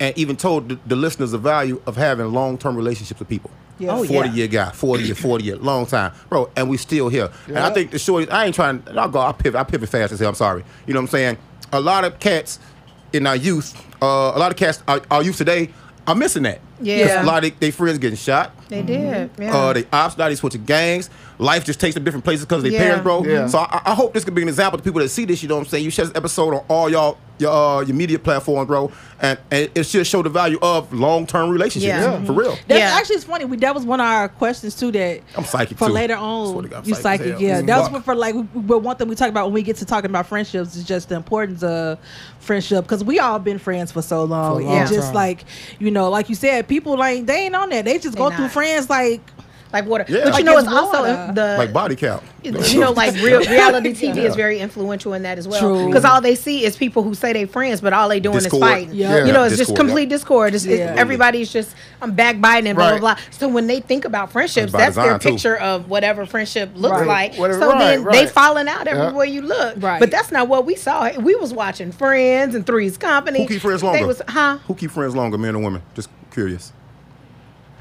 C: and even told the, the listeners the value of having long term relationships with people.
D: Yeah. Oh,
C: 40
E: yeah.
C: year guy, 40 year, 40 year, long time. Bro, and we still here. And I think the shortest, I ain't trying, I'll go, I pivot, I pivot fast as hell, I'm sorry. You know what I'm saying? A lot of cats in our youth, uh, a lot of cats, our, our youth today, are missing that. 'Cause A
E: Yeah.
C: lot of their friends getting shot.
E: They did. Yeah.
C: Uh, they ops now they switching gangs. Life just takes them different places because of their
E: Yeah.
C: parents, bro.
B: Yeah.
C: So I, I hope this could be an example to people that see this. You know what I'm saying? You share this episode on all y'all your uh, your media platforms, bro, and, and it should show the value of long term relationships
E: Yeah. Yeah.
C: for real.
D: That's
E: Yeah.
D: actually it's funny. We, that was one of our questions too. That
C: I'm psychic
D: for
C: too.
D: later
C: Swear
D: on.
C: to God, I'm
D: you
C: psychic as
D: psychic,
C: hell.
D: yeah.
C: Mm.
D: That was
C: Fuck.
D: one for like. But one thing we talk about when we get to talking about friendships is just the importance of friendship because we all been friends for so long.
B: For a
D: and
B: long
D: just
B: time.
D: like you know, like you said, people like they ain't on that. They just
E: They
D: go through
E: not.
D: friends like
E: like water.
C: Yeah.
E: But you
C: Like
E: know,
D: it's
E: it's also
D: water.
E: the
C: like body count.
E: uh, you know, like real reality TV is very influential in that as well.
D: True.
E: Because all they see is people who say they friends, but all they doing
C: Discord.
E: is fighting.
D: Yeah.
E: You know, it's
C: Discord,
E: just complete
C: yeah.
E: discord. It's, it's-
D: Yeah.
E: everybody's just I'm backbiting and blah
B: Right.
E: blah blah. So when they think about friendships,
C: By
E: that's their
C: design, too.
E: picture of whatever friendship looks
D: Right.
E: like.
B: Whatever-
E: so
B: right,
E: then they
B: right.
E: falling out
B: Yeah.
E: everywhere you look.
D: Right.
E: But that's not what we saw. We was watching Friends and Three's Company.
C: Who keep friends
E: They
C: longer?
E: was- huh?
C: Who keep friends longer, men or women? Just curious.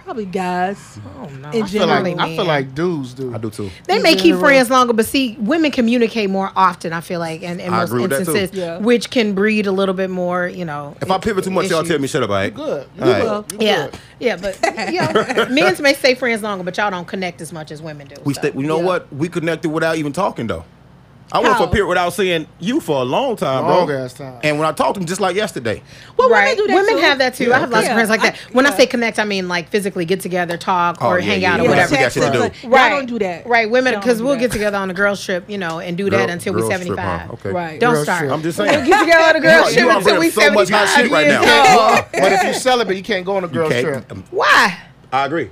D: probably guys.
E: Oh, no.
D: In
B: I feel
E: I
B: like,
D: generally,
B: I feel like dudes do.
C: I do too.
E: They may keep
B: general.
E: friends longer, but see, women communicate more often. I feel like, in, in
C: I
E: most
C: agree with that too.
E: instances,
D: Yeah.
E: which can breed a little bit more. You know,
C: If I pivot too much, y'all
E: issues.
C: tell me shut up. All right.
B: Good. You
C: All right.
B: good. You
E: Yeah,
B: good.
E: yeah, but yeah, men's may stay friends longer, but y'all don't connect as much as women do.
C: We
E: so.
C: stay. You know
D: Yeah.
C: what? We connected without even talking though. I went for
D: How?
C: a period without seeing you for a long time,
B: Long
C: bro.
B: ass time.
C: And when I talked to him, just like yesterday,
D: Well,
E: right.
D: women do that.
E: Women
D: too.
E: have that too. I have lots
D: Yeah.
E: of friends like
D: I-
E: that. when I
D: yeah.
E: say connect, I mean like physically get together, talk,
C: Oh,
E: or
C: yeah,
E: hang
C: yeah,
E: out
C: yeah.
E: or whatever.
C: We got shit to do.
D: Right. Y'all don't do that.
E: Right. Women,
D: Y'all
E: because
D: don't do
E: we'll
D: that.
E: get together on a girls trip, you know, and do that
C: Girl-
E: until we're
C: girls trip,
E: 75.
C: huh? Okay.
D: Right.
E: Don't
B: Girls
E: start.
B: trip.
C: I'm just saying.
E: Get together on a
C: You
E: girls
C: are-
E: trip
C: you are
E: until we
C: bringing so much hot
E: 75.
C: shit right now.
B: but if you celibate, you can't go on a girl
C: Okay.
B: trip.
E: Why?
C: um, I agree.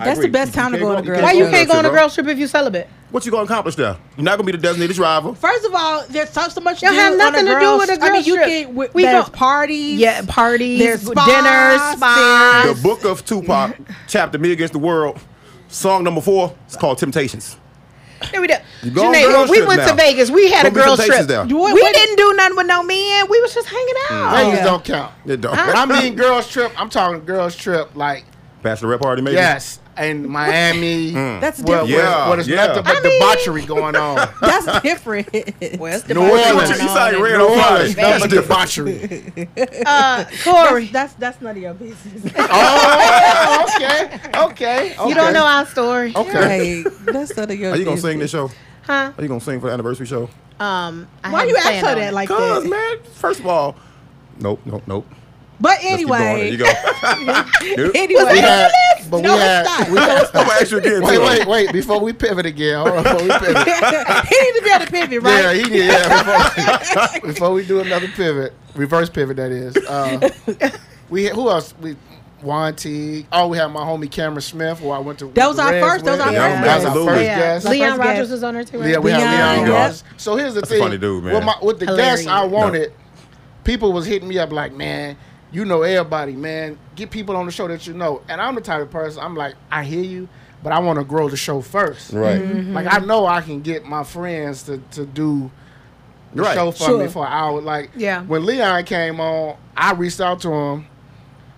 C: I
D: That's the
C: agree.
D: best time to
C: can't
D: go on a girl
E: Why
D: That's
E: you
D: what
E: can't go on a
C: bro.
E: girls trip if you celibate?
C: What you gonna accomplish there? You're not gonna be the designated driver.
D: First of all, there's so, so much.
E: Y'all have
D: do on
E: nothing to do
D: girls-
E: with a
D: I mean,
E: girls
D: you
E: trip.
D: can. We,
E: We
D: there's
E: go-
D: parties.
E: Yeah, parties,
D: There's
E: dinners,
D: spas,
E: spas.
C: The book of Tupac, chapter Me Against the World, song number four. It's called Temptations.
E: There we go.
C: go on
E: Janae,
C: girls
E: when we
C: trip
E: went
C: now.
E: to Vegas, we had
C: Gonna
E: a
C: be some
E: girls
C: Texas
E: trip.
C: there.
E: We
C: You
D: what- what-
E: didn't do nothing with no men. We was just hanging out.
B: Vegas
D: Oh. yeah.
B: don't count.
C: It don't.
B: I mean, girls trip. I'm talking girls trip. Like
C: Bachelorette party, maybe.
B: yes, and Miami.
D: That's
B: Well,
D: different.
C: yeah.
B: Hmm. yeah, there's
C: yeah.
B: nothing but
E: I mean-
B: debauchery going on.
D: That's different.
E: Well,
B: New Orleans.
C: She sounded red
B: New
C: on Friday.
B: Orleans, nothing but
C: That's different.
B: debauchery.
E: Uh, Corey,
D: that's that's none of your business.
B: oh, okay, okay, okay.
E: you don't know our story,
B: Okay.
D: Like, that's none of your.
C: Are you gonna
D: business.
C: sing this show?
E: huh?
C: Are you gonna sing for the anniversary show?
E: Um, I
D: Why
E: hadn't
D: you ask
E: planned
D: her
E: on
D: that
E: it.
D: like
C: Cause
D: that?
C: man, first of all, nope, nope, nope.
D: But
C: Let's keep going. There
D: anyway,
C: you go. Nope.
B: We
D: anyway,
B: had, but we
D: No, it's
B: had.
D: not.
B: We had
C: I'm gonna ask you again.
B: wait,
C: too.
B: wait, wait. Before we pivot again, hold on. Before we pivot.
D: he needs to be able to pivot, right?
B: Yeah, he did. Yeah, before, before we do another pivot, reverse pivot, that is. Uh, we had- who else? We Juan T. Oh, we had my homie Cameron Smith, who I went to.
D: That was
B: the
D: our
B: Reds
D: first- that was
B: with.
D: our
C: Yeah, first
B: That was our
C: absolutely.
B: first
E: Yeah.
B: guest.
D: Like-
E: Leon
D: First guest.
E: Rogers was on there too. right?
B: Leon, we had
D: Leon,
B: Leon
D: yep.
B: Ross. So here's the
C: That's a
B: thing.
C: funny dude, man.
B: With, my, with the
E: Hilarious.
B: guests I wanted, people was hitting me up like, man, you know everybody, man. Get people on the show that you know. And I'm the type of person, I'm like, I hear you, but I want to grow the show first.
C: Right. Mm-hmm.
B: Like, I know I can get my friends to, to do the
C: Right.
B: show for
D: Sure.
B: me for an hour. Like,
E: Yeah.
B: when Leon came on, I reached out to him.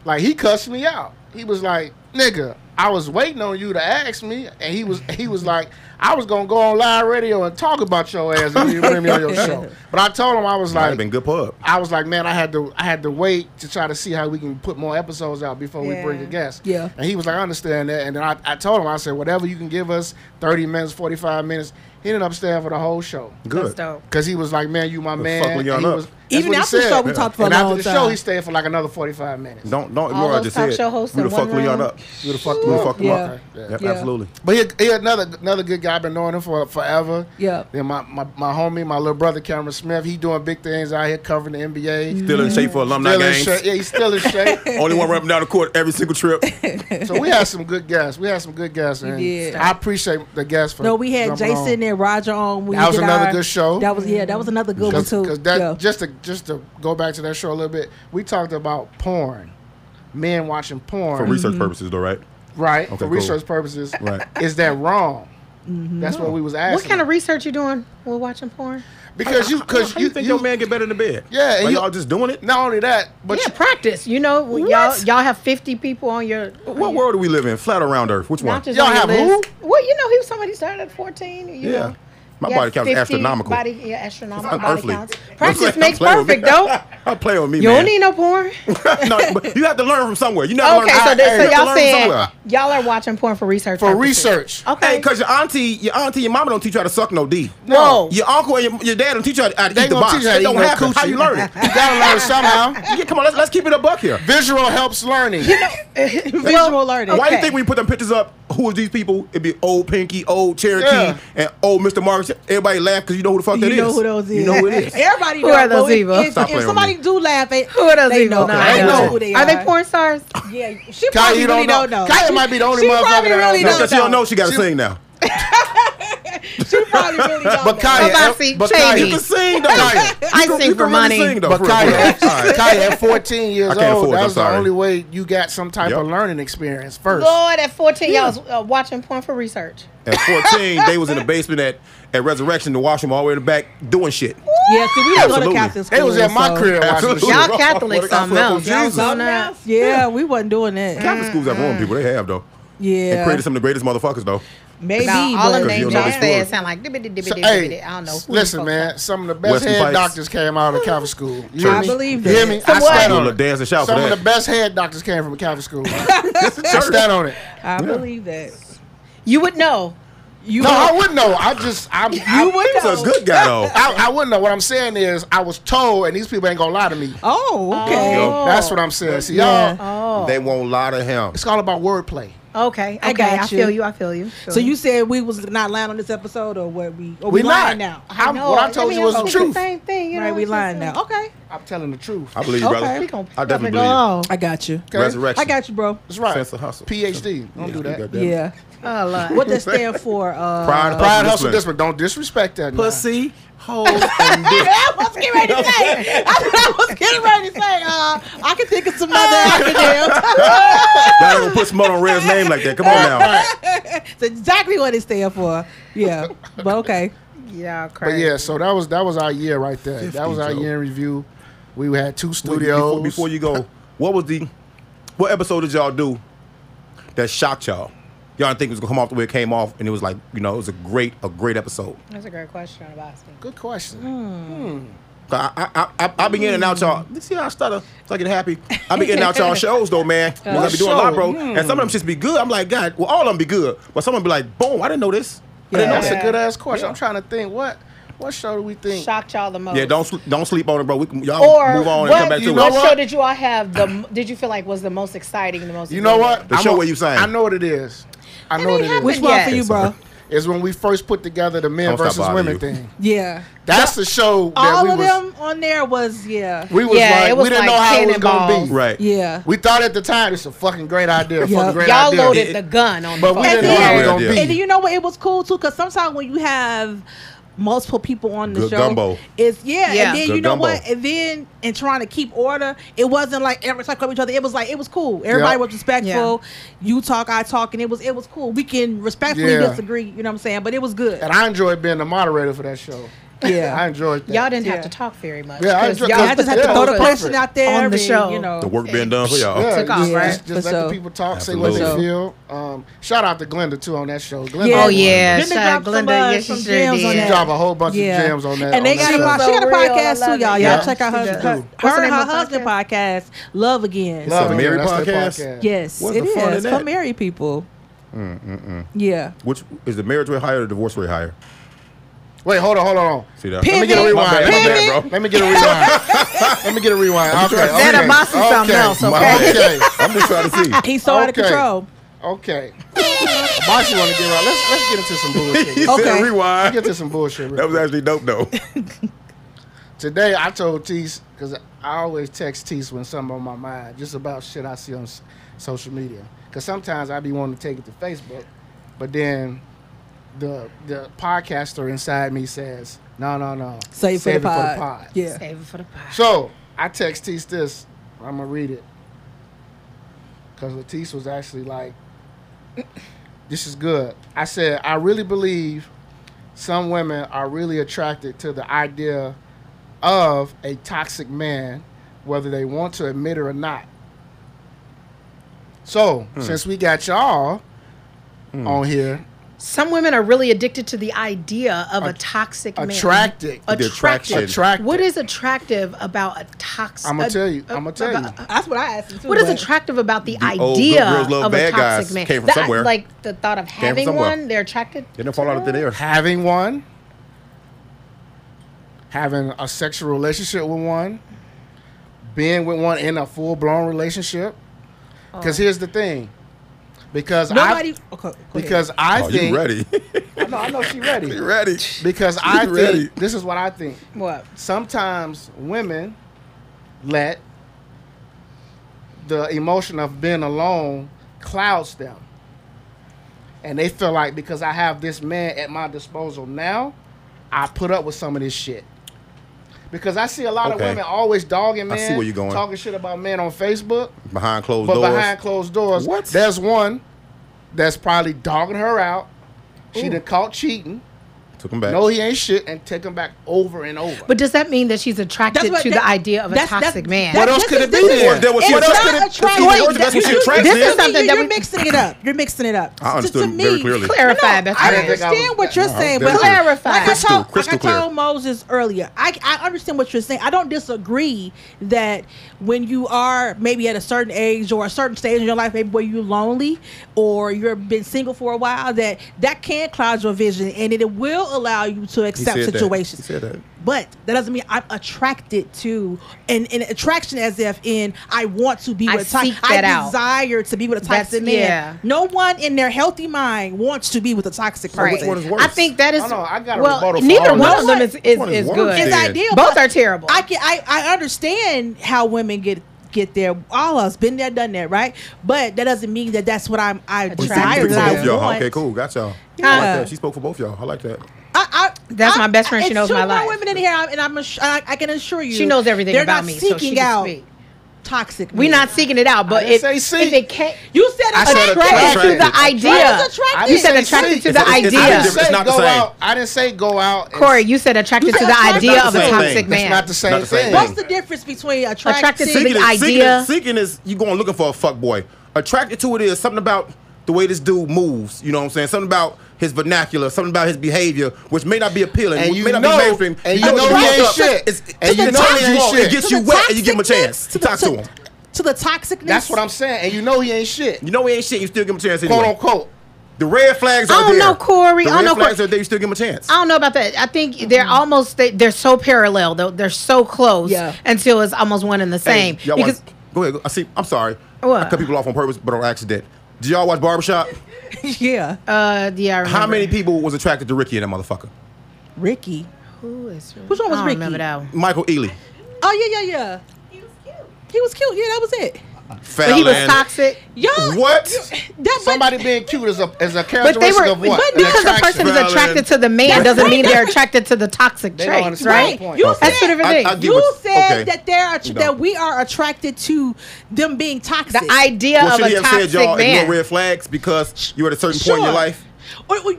B: Like, he cussed me out. He was like, nigga, I was waiting on you to ask me. And he was he was like, I was going to go on live radio and talk about your ass if you bring me on your show. But I told him, I was
C: Might have
B: like,
C: been good pub.
B: I was like, man, I had to, I had to wait to try to see how we can put more episodes out before we bring a
D: Yeah.
B: guest.
D: Yeah.
B: And he was like, I understand that. And then I, I told him, I said, whatever you can give us, thirty minutes, forty five minutes. He ended up staying for the whole show
E: That's
C: Good.
E: dope.
B: because he was like, man, you my man.
C: fuck Leon
B: And he
C: up.
B: was- that's
D: Even
B: what he
D: after the
B: said.
D: show, we talked for a
B: And
D: long
B: after the show,
D: time.
B: he stayed for like another forty five minutes.
C: Don't don't ignore
E: All
C: what I
E: those
C: just
E: talk
C: said.
E: show hosts
C: we
E: in
C: the fuck
E: one
C: Leon
E: room.
C: up.
B: You the fuck,
C: We the fuck him
D: Yeah.
C: up. Yep,
D: Yeah.
C: Absolutely.
B: But he, he another another good guy. I've been knowing him for forever.
D: Yeah.
B: Then my, my, my homie, my little brother Cameron Smith, he doing big things out here covering the NBA.
D: Mm-hmm.
C: Still in shape for alumni
B: Still in
C: games.
B: shape. Yeah, he's still in shape.
C: Only one running down the court every single trip.
B: So we had some good guests. We had some good guests. And
D: did.
B: I appreciate the guests for
D: No, we had
B: jumping on.
D: Jason and Roger on. when
B: That
D: we
B: was
D: did
B: another
D: our-
B: good show.
D: That was yeah, that was another good one
B: Cause,
D: too.
B: 'cause that
D: yeah.
B: just to just to go back to that show a little bit, we talked about porn, men watching
C: For
B: porn,
C: research purposes though, right?
B: right? for
C: cool.
B: research purposes,
C: Right.
B: Is that wrong? That's what we was asking.
E: Mm-hmm. What kind of research you doing while watching porn?
B: because you because
C: How
B: you,
C: you think
B: you-
C: your man get better in the bed?
B: Yeah, and
C: Like,
B: you-
C: y'all just doing it?
B: Not only that, but
E: yeah,
B: you-
E: practice. You know, when y'all y'all have fifty people on your.
C: What world do we live in? Flat around Earth? Which one?
E: notches
B: Y'all
E: on your
B: have
E: list. Well, you know, he was somebody who started at fourteen. You
C: Yeah.
E: know.
C: My
E: He
C: body
E: had
C: count is
E: 50
C: astronomical.
E: Body, yeah, astronomical body
C: Unearthly.
E: counts.
C: Don't play-
E: Practice
C: don't
E: makes
C: play with me.
E: perfect, though.
C: Don't play on me,
E: You
C: man.
E: don't need no porn.
C: no, but you have to learn from somewhere. You never
E: Okay,
C: learn.
E: so,
C: I-
E: this,
C: hey,
E: so
C: you have to
E: y'all
C: learn
E: saying
C: somewhere.
E: y'all are watching porn for research.
B: for
E: purposes.
B: research.
E: Okay.
C: Hey, cause your auntie, your auntie, your mama don't teach you how to suck no D.
E: Whoa.
C: Your uncle and your, your dad don't teach you how to, how to
B: They
C: eat the
B: gonna
C: box.
B: teach you how
C: They
B: to
C: don't
B: eat no
C: have to. How
B: coochie.
C: you learn it?
B: You gotta learn somehow.
C: Yeah, come on, let's, let's keep it a buck here.
B: Visual helps learning.
D: visual learning.
C: Why do you
E: Okay.
C: think we put them pictures up? Who is these people? It'd be old Pinky, old Cherokee,
B: Yeah.
C: and old Mr. Marcus. Everybody laugh because you know who the fuck
D: you
C: that is.
D: know who those is.
C: You know who it is.
D: Everybody
E: Who
D: know,
E: are those
D: but if-
E: people?
D: If,
C: Stop
D: if
C: playing
D: somebody
C: with
D: do laugh, they,
E: Who are those
D: they know.
E: people? No,
D: They
E: I
B: I
E: don't
B: know.
E: know.
D: who they
E: Are
D: are.
E: they porn stars?
D: Yeah, she
B: Kaya,
D: probably
B: you
D: really
B: don't know.
D: don't know.
B: Kaya might be the only
D: She
B: motherfucker
D: probably
B: that I
D: really
B: know.
D: don't
C: No, because she don't know she got to
B: She-
C: sing now.
D: She probably really don't
B: But
D: know.
B: Kaya,
E: Babasi,
B: but
E: Cheney.
C: You
B: Kaya,
C: can sing though.
B: Kaya,
E: I
C: You can
E: sing for
C: really
E: money.
C: Sing, though,
B: But
C: for real,
B: Kaya,
C: for real. All right.
B: Kaya, at 14 years
C: I can't
B: old,
C: afford it, I'm
B: that's the
C: sorry.
B: only way you got some type
C: Yep.
B: of learning experience first.
E: Lord, at fourteen, y'all was uh, watching porn for research.
C: At 14, they was in the basement at, at Resurrection, the washroom all the way in the back, doing shit.
D: Yeah, see, we don't go to
C: Absolutely.
D: Catholic school.
B: They was at my
D: so-
B: crib watching the
C: Absolutely.
B: show.
E: Y'all Catholics, something else.
C: Y'all
E: Y'all
C: Jesus.
E: something
D: Yeah,
E: else.
D: we wasn't doing that.
C: Catholic schools have ruined people. They have though. They
D: Yeah,
C: created some of the greatest motherfuckers though.
D: maybe.
E: No, all
D: but-
E: the
C: Because you
E: names
C: know
E: y'all
C: the story.
E: said sound like dibby dibby
B: So,
E: dibby
B: hey,
E: dibby. I don't know.
B: s-
E: Who
B: listen,
E: these
B: man,
E: folks
B: some of the best
C: Weston
B: head
C: Pikes.
B: doctors came out of Catholic school. You hear
D: I
B: me?
D: believe
B: You
D: that.
B: hear me? I
E: So what?
B: stand
C: People
B: on
C: will
B: it.
C: dance and shout
B: Some
C: for
B: of
C: that.
B: the best head doctors came from Catholic school. I
C: Church.
B: stand on it.
D: I believe that.
E: are. You would know.
D: You
B: No, I
D: are-
B: wouldn't know. I just I'm I,
D: You would
C: He's a
D: know.
C: good guy though.
B: I, I wouldn't know. What I'm saying is I was told, and these people ain't gonna lie to me.
D: Oh, okay.
C: Yo.
E: Oh.
B: That's what I'm saying. See,
D: Yeah.
B: y'all,
E: Oh.
C: They won't lie to him.
B: it's all about wordplay.
E: Okay. Okay. I,
D: got you.
E: feel you. I feel you. Feel
D: So you said we was not lying on this episode, or what we? Or
B: We
D: we lying
B: not.
D: now?
B: I'm- what I told you was the truth.
A: Same thing, you
D: Right,
A: know,
D: we
A: it's
D: lying
A: just,
D: now. Okay,
B: I'm telling the truth.
C: I believe you,
D: Okay.
C: brother.
E: We gonna pick
C: I
E: up and
C: definitely
E: go
C: believe you.
E: on.
D: I got you.
B: Okay?
C: Resurrection.
D: I got you, bro.
B: That's right.
C: Sense of hustle.
B: PhD. Don't
C: Yeah,
B: do
C: you
B: that.
C: got
D: Yeah.
E: Oh, Lord.
D: What does stand for? Uh,
C: Pride,
B: Pride,
C: hustle,
B: hustle,
C: discipline.
B: discipline. Don't disrespect that. now.
F: Pussy, hoe, and dick.
D: I was getting ready to say. I was getting ready to say. Uh, I can think of some other acronyms.
C: Y'all don't put smoke on Red's name like that. Come on now.
D: That's exactly what it stands for. Yeah, but okay.
E: Yeah,
B: But
E: crazy.
B: yeah, so that was that was our year right there. that
C: 50,
B: was our
C: Joe.
B: year in review. We had two studios.
C: Before, before you go, what was the what episode did y'all do that shocked y'all? Y'all didn't think it was gonna come off the way it came off, and it was like you know it was a great a great episode.
E: That's a great question about Steve.
B: Good question.
C: 'Cause I I I, I, I be in and out y'all. You see how I stutter? So I get happy. I be in and out y'all shows though, man. You know, I be doing a lot, bro.
E: Hmm.
C: And some of them just be good. I'm like, God, well all of them be good, but some of them be like, boom, I didn't know this. I didn't know
B: That's
C: that.
B: a good ass question.
C: Yeah.
B: I'm trying to think what what show do we think?
E: Shocked y'all the most.
C: Yeah, don't sl- don't sleep on it, bro. We can, y'all
E: Or
C: move on and
E: what,
C: come back to
E: you
C: it.
E: know what show did you all have the? m- Did you feel like was the most exciting? The most.
B: You know what?
C: The
B: I'm
C: show
B: a-
C: where you sang.
B: I know what it is. I know what
E: ain't
B: it
E: happened.
B: is.
D: Which one
E: Yes.
D: for you, bro?
B: It's when we first put together the men
C: Don't stop
B: versus
C: bothering
B: women
C: you.
B: thing.
D: Yeah.
B: That's the show that
D: All
B: we
D: of
B: was.
D: them on there was yeah.
B: We was
E: Yeah,
B: like,
E: it was
B: we didn't
E: like
B: know how it was gonna
E: cannonballs.
B: be.
C: Right.
D: Yeah.
B: We thought at the time it's a fucking great idea.
D: Yeah.
B: Fucking great
E: Y'all
B: idea.
E: loaded
C: It-
E: the gun on.
B: but
E: the
B: we
E: phone.
B: didn't know how it was
C: Yeah.
B: gonna be.
D: And then you know what? It was cool too, because sometimes when you have multiple people on the
C: Good
D: show,
C: gumbo.
D: it's yeah.
E: Yeah.
D: And then
C: Good
D: you know
C: gumbo.
D: what? And then in trying to keep order, it wasn't like every talking about each other. It was like it was cool. Everybody
B: Yeah.
D: was respectful. You talk, I talk, and it was it was cool. We can respectfully
B: Yeah.
D: disagree. You know what I'm saying? But it was good.
B: And I enjoyed being the moderator for that show.
D: Yeah.
B: I enjoyed that.
E: Y'all didn't
D: Yeah.
E: have to talk very much.
B: Yeah, I
E: 'cause
B: enjoy-
E: y'all
D: Yeah, I just had to
B: Yeah,
D: throw
B: it
D: the
B: was
D: question
B: perfect.
D: out there
E: On the
D: and,
E: show.
D: You know,
C: The work being done for y'all.
B: Yeah,
E: Took off,
B: just,
E: right?
B: just, just
D: For
B: let
D: sure.
B: the people talk, say what they
C: Absolutely.
B: feel. Um, shout out to Glenda too on that show. Glenda,
D: Yeah.
E: Oh
B: was-
E: yeah,
D: Didn't they
E: shout out
D: drop some,
E: Glenda.
D: uh,
E: Yes,
D: some
E: she sure
D: gems on
B: she
D: that?
E: did.
B: dropped a whole bunch of jams on that.
D: And they
B: on that
D: got a,
B: show.
E: about-
D: she got a
E: So real, I
D: podcast
E: love
D: too,
E: it.
D: y'all.
B: Yeah.
D: Y'all check out
E: She
D: her,
E: does.
D: her,
E: What's the
D: her,
E: name
D: her
E: of the
D: husband podcast, Love Again.
C: Love
B: Again,
C: Mary
B: that's their
C: podcast?
D: Yes,
C: What's
D: it
C: the fun in
D: is
C: that?
D: for married people.
B: Mm,
D: Yeah.
C: Which is the marriage rate higher or the divorce rate higher?
B: Wait, hold on, hold on.
C: See that?
B: Let me
D: Pivot.
B: get a rewind.
C: My bad, my bad, bro.
B: Let me get a rewind. Let me get a rewind. Okay, okay.
E: That about is something else,
C: My
E: okay?
B: Okay,
C: bad. I'm just trying to see.
D: He's so out of
B: Okay.
D: control.
B: okay. Boss, you want to get right? Let's let's get into some
C: He
B: bullshit. Let's
D: Okay.
C: said rewind.
B: get into some bullshit. real
C: That was
B: quick.
C: actually dope though.
B: Today I told Tees because I always text Tees when something on my mind, just about shit I see on s- social media. Because sometimes I be wanting to take it to Facebook, but then the the podcaster inside me says, "No, no, no,
D: Save, for, the pod. Yeah.
E: Save it for the pod.
B: So I text Tees this. I'm gonna read it because Latisse was actually like, "This is good." I said, "I really believe some women are really attracted to the idea of a toxic man, whether they want to admit it or not." So since we got y'all on here,
E: Some women are really addicted to the idea of a toxic man.
B: attracted.
C: The attraction.
E: Attractive.
B: Attracted.
E: What is attractive about a toxic?
B: I'ma tell you, I'ma tell you.
D: That's what I asked him too.
E: What is
D: but-
E: attractive about the,
C: old
E: idea
C: good girls love
E: of a
C: bad guys
E: toxic man?
C: came from
E: The-
C: somewhere.
E: Like the thought of
C: from
E: having
C: somewhere.
E: one, they're attracted.
C: Didn't fall out of thin air.
B: having one, having a sexual relationship with one, being with one in a full blown relationship. Because here's the thing, because
D: Nobody.
B: I
D: okay, go ahead.
B: because I
C: Oh,
B: think
C: you ready?
B: I know I know she ready
C: you ready?
B: because I
C: You
B: think
C: ready?
B: this is what I think.
E: What?
B: Sometimes women let the emotion of being alone clouds them. And they feel like because I have this man at my disposal now, I put up with some of this shit. Because I see a lot
C: Okay.
B: of women always dogging
C: I
B: men,
C: see where you're going.
B: talking shit about men on Facebook,
C: Behind closed
B: but
C: doors.
B: behind closed doors,
C: What?
B: there's one that's probably dogging her out. She done caught cheating.
C: Took him back.
B: No, he ain't shit, and take him back over and over.
E: But does that mean that she's attracted
D: what-
E: to
D: that-
E: the idea of a
D: that's-
E: toxic
D: that's-
E: man?
D: that-
F: What else
D: this
F: could
D: is-
F: it
D: this
F: be
D: is-
F: then?
C: Or that was-
D: it's
C: what else
D: not
C: could it-
D: attractive.
C: Wait, or that's what she
D: You- you-
C: attracted
D: This is
E: in.
D: something that
E: we-
D: you're mixing it up. You're mixing it up.
C: I
D: To-
C: understood
D: to
C: very
D: me-
C: clearly.
E: Clarify,
D: No,
E: best
D: I
B: friend.
D: understand what you're
C: No,
D: saying, but
C: definitely.
E: Clarify.
D: Like I
E: Crystal,
D: told,
C: crystal
D: like I told
C: clear.
D: Moses earlier, I, I understand what you're saying. I don't disagree that when you are maybe at a certain age or a certain stage in your life, maybe where you're lonely or you've been single for a while, that that can cloud your vision and it will allow you to
C: He
D: accept
C: said that.
D: situations.
C: He said that.
D: But that doesn't mean I'm attracted to, and, and attraction as if in I want to be
E: I
D: with a type.
E: seek
D: I
E: that out.
D: desire to be with a
E: That's-
D: toxic man.
E: yeah.
D: No one in their healthy mind wants to be with a toxic person.
E: Right.
C: Which one is worse?
E: I think that is.
B: I know, I got a
E: well,
B: rebuttal for
E: neither
B: all
E: one
B: of
E: of
D: that.
E: them is
C: Which
E: is,
C: one
E: is
C: is
E: good.
C: worse?
D: It's
C: Yeah.
D: ideal.
E: Both
D: but
E: are terrible.
D: I can I, I understand how women get get there. All of us been there, done that, right? But that doesn't mean that that's what I'm I
E: Attracted
D: desire
E: to.
C: Speak for both
D: that I
C: y'all.
D: want.
C: Okay, cool. Got y'all. I like
D: Yeah.
C: that. She spoke for both y'all. I like that.
D: I, I,
E: That's
D: I-
E: my best friend. She
D: it's
E: knows
D: two
E: my
D: more
E: life.
D: women in here, I'm- and I'm ass- I, I can assure you,
E: she knows everything
D: they're
E: about
D: not
E: me, so she
D: Seeking
E: can
D: out
E: speak.
D: toxic.
E: We're
D: men.
E: not seeking it out, but
B: didn't
E: if,
B: say seek.
E: if it can't,
D: You said
C: I said
E: attracted to the
C: Attracted.
E: idea.
D: Attracted.
E: You said
B: I didn't say
E: attracted
B: seek.
E: to the
C: It's- it's-
E: idea.
C: it's-
B: Say
C: not the
B: go
C: same.
B: out. I didn't say go out. and-
E: Corey, you said attracted to
D: said
E: the
D: attracted.
E: idea
C: Not
E: of
C: the
E: a
C: same
E: toxic
C: thing.
E: man.
B: That's not the same
C: Not the same
B: thing.
C: thing.
D: What's the difference between attracted?
E: Attracted to
D: to
E: the
C: seeking,
E: idea.
C: is, seeking is you going looking for a fuck boy. Attracted to it is something about the way this dude moves. You know what I'm saying? Something about his vernacular, something about his behavior, which may not be appealing,
B: And
C: which
B: you
C: may not
B: know-
C: be mainstream.
B: and you
C: But
B: know
C: you
B: he ain't
C: walk up,
B: shit.
C: It's, it's,
B: And
C: you know he ain't shit. It gets
D: to
C: you
D: the
C: wet and you give him a
D: toxicness,
C: chance.
D: to the-
C: Talk to him.
D: to the toxicness.
B: That's what I'm saying. And you know he ain't shit.
C: You know he ain't shit. You still give him a chance
B: Quote
C: anyway.
B: unquote.
C: The red flags
E: I
C: are
E: don't
C: there.
E: know, Corey.
C: The
E: I don't
C: red
E: know,
C: flags
E: Corey.
C: are there. You still give him a chance.
E: I don't know about that. I think they're almost they, they're so parallel. They're, they're so close
D: Yeah.
E: until it's almost one and the
C: Hey,
E: same.
C: y'all
E: because
C: watch, go ahead. I see. I'm sorry.
E: What?
C: I cut people off on purpose, but on accident. Do y'all watch Barbershop?
D: yeah,
E: uh, yeah, I remember.
C: How many people was attracted to Ricky and that motherfucker?
D: Ricky.
E: Who is
D: Which one was
E: I don't
D: Ricky?
E: remember that one.
C: Michael Ealy.
D: Oh yeah, yeah, yeah. He was cute. He was cute. Yeah, that was it.
C: Fat
E: But he was
C: Land.
E: toxic.
D: Y'all,
C: What?
D: That,
B: Somebody being cute is a is a
E: But they
B: characteristic
E: were,
B: of what?
E: but
B: An
E: because the
B: attraction.
E: person is
C: Valid.
E: attracted to the man doesn't mean they're attracted to the toxic
B: They don't
E: traits,
B: understand
E: right?
B: the point.
D: You
B: Okay.
E: That's two
D: said,
E: different
C: I- I
E: things.
C: get
D: you
C: what-
D: said
C: okay.
D: that they're att-
C: No.
D: that we are attracted to them being toxic.
E: the idea
C: Well,
E: of
C: should he
E: a
C: have said
E: toxic
C: y'all
E: man.
C: ignore red flags because you're at a certain point in your life?
D: Or- or-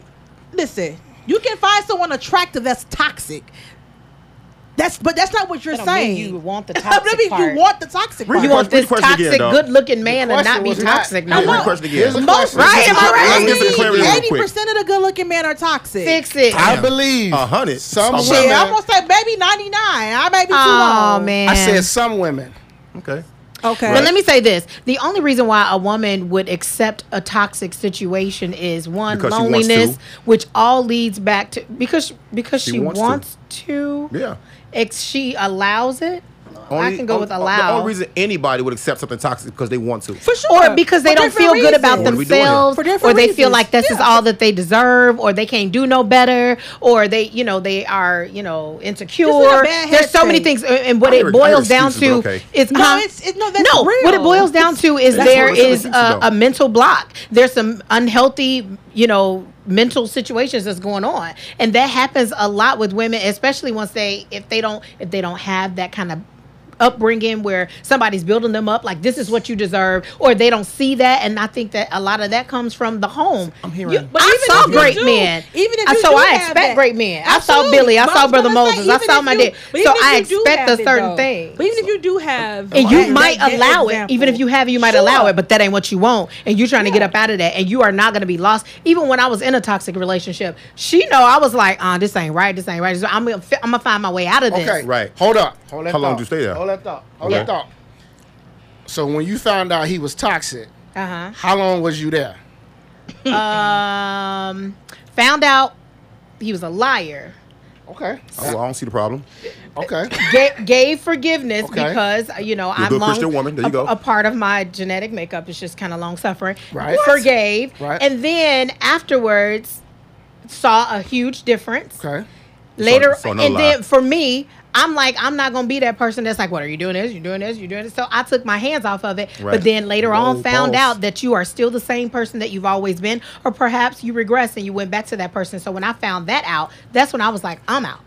D: listen, you can find someone attractive that's toxic. That's but that's not what you're
E: That don't mean
D: saying.
E: you want the
D: That
E: toxic
D: mean
E: part.
D: You want the toxic part.
E: you
C: Read
E: want
C: the
E: this
C: question again,
E: toxic,
C: dog.
E: good-looking man
B: The
E: and
B: question
E: not be
B: was not-
E: toxic.
B: Yeah,
E: No,
C: Read
E: more.
C: the question
B: Here's a
C: again.
B: question.
E: Right, am I
C: Let's
E: right?
C: get some clarity real
D: Eighty
C: quick.
D: percent of the good-looking men are toxic.
E: fix it.
C: Damn.
B: I believe
C: A hundred.
B: Some
C: Some
B: women.
D: Shit, I'm gonna say maybe ninety-nine. I may be too
E: Oh
D: long.
E: man,
B: I said some women.
C: Okay.
D: Okay.
E: But let me say this: the only reason why a woman would accept a toxic situation is one
C: Because she wants
E: loneliness,
C: to.
E: which all leads back to because because she,
C: She
E: wants,
C: wants
E: to.
C: Yeah.
E: ex- she allows it. I can go with
C: The
E: allow.
C: only reason anybody would accept something toxic because they want to.
D: for sure.
E: Or because they
D: For
E: don't feel
D: different
E: good about
D: reasons.
C: What are we doing here?
E: themselves,
D: For different
E: or they feel
D: reasons.
E: like this is
D: Yeah.
E: all that they deserve, or they can't do no better, or they, you know, they are, you know, insecure.
D: bad
E: There's so many
D: headspace.
E: things, and and what
C: I
E: it
C: hear- I hear
E: boils down to
C: excuses, but okay.
E: is
D: No,
E: huh?
D: it's- it- no, that's
E: no. What it
D: real.
E: boils down to is
C: That's
E: there
C: what- that's what
E: is
C: excuses,
E: a,
C: though.
E: a mental block. There's some unhealthy, you know, mental situations that's going on, and that happens a lot with women, especially once they if they don't if they don't have that kind of upbringing where somebody's building them up like this is what you deserve or they don't see that and i think that a lot of that comes from the home i'm
C: hearing-
D: But
E: i
D: even
E: saw
D: if you
E: great
D: do-
E: men
D: even if
E: I-
D: you
E: so
D: do
E: i
D: have
E: expect
D: that-
E: great men i saw
D: Absolutely.
E: billy i
D: But
E: saw
D: was
E: brother
D: gonna say,
E: moses i
D: even
E: saw
D: if
E: my
D: you-
E: dad
D: but
E: so
D: even if
E: i
D: you do
E: expect a
D: have it,
E: certain
D: though,
E: thing
D: But even if you do have,
E: and you
D: that-
E: might
D: that
E: allow it, even if
D: example,
E: you have, it, you might
D: sure.
E: allow it, but that ain't what you want. And you're trying to get up out of that, and you are not going to be lost. Even when I was in a toxic relationship, she know I was like, uh, this ain't right, this ain't right. So I'm gonna, fi- I'm gonna find my way out of this.
B: Okay.
C: Right.
B: Hold up. Hold that
C: How
B: thought.
C: long did you stay there?
B: Hold that thought. Hold
C: Okay.
B: that thought. So when you found out he was toxic,
E: Uh
B: how long was you there?
E: huh. um, found out he was a liar.
B: Okay.
C: Oh, well, I don't see the problem.
B: Okay.
E: Ga- gave forgiveness
B: Okay.
E: because uh, you know
C: a
E: I'm
C: good
E: long,
C: Christian woman. There you
E: a,
C: go.
E: a part of my genetic makeup is just kind of long suffering.
B: Right. What?
E: Forgave,
B: Right.
E: and then afterwards saw a huge difference.
B: Okay.
E: later
C: So- so no
E: and
C: lie.
E: then for me i'm like i'm not gonna be that person that's like what are you doing this you're doing this you're doing this so i took my hands off of it
C: Right.
E: but then later on
C: Whoa,
E: found
C: boss.
E: out that you are still the same person that you've always been or perhaps you regress and you went back to that person so when i found that out that's when i was like i'm out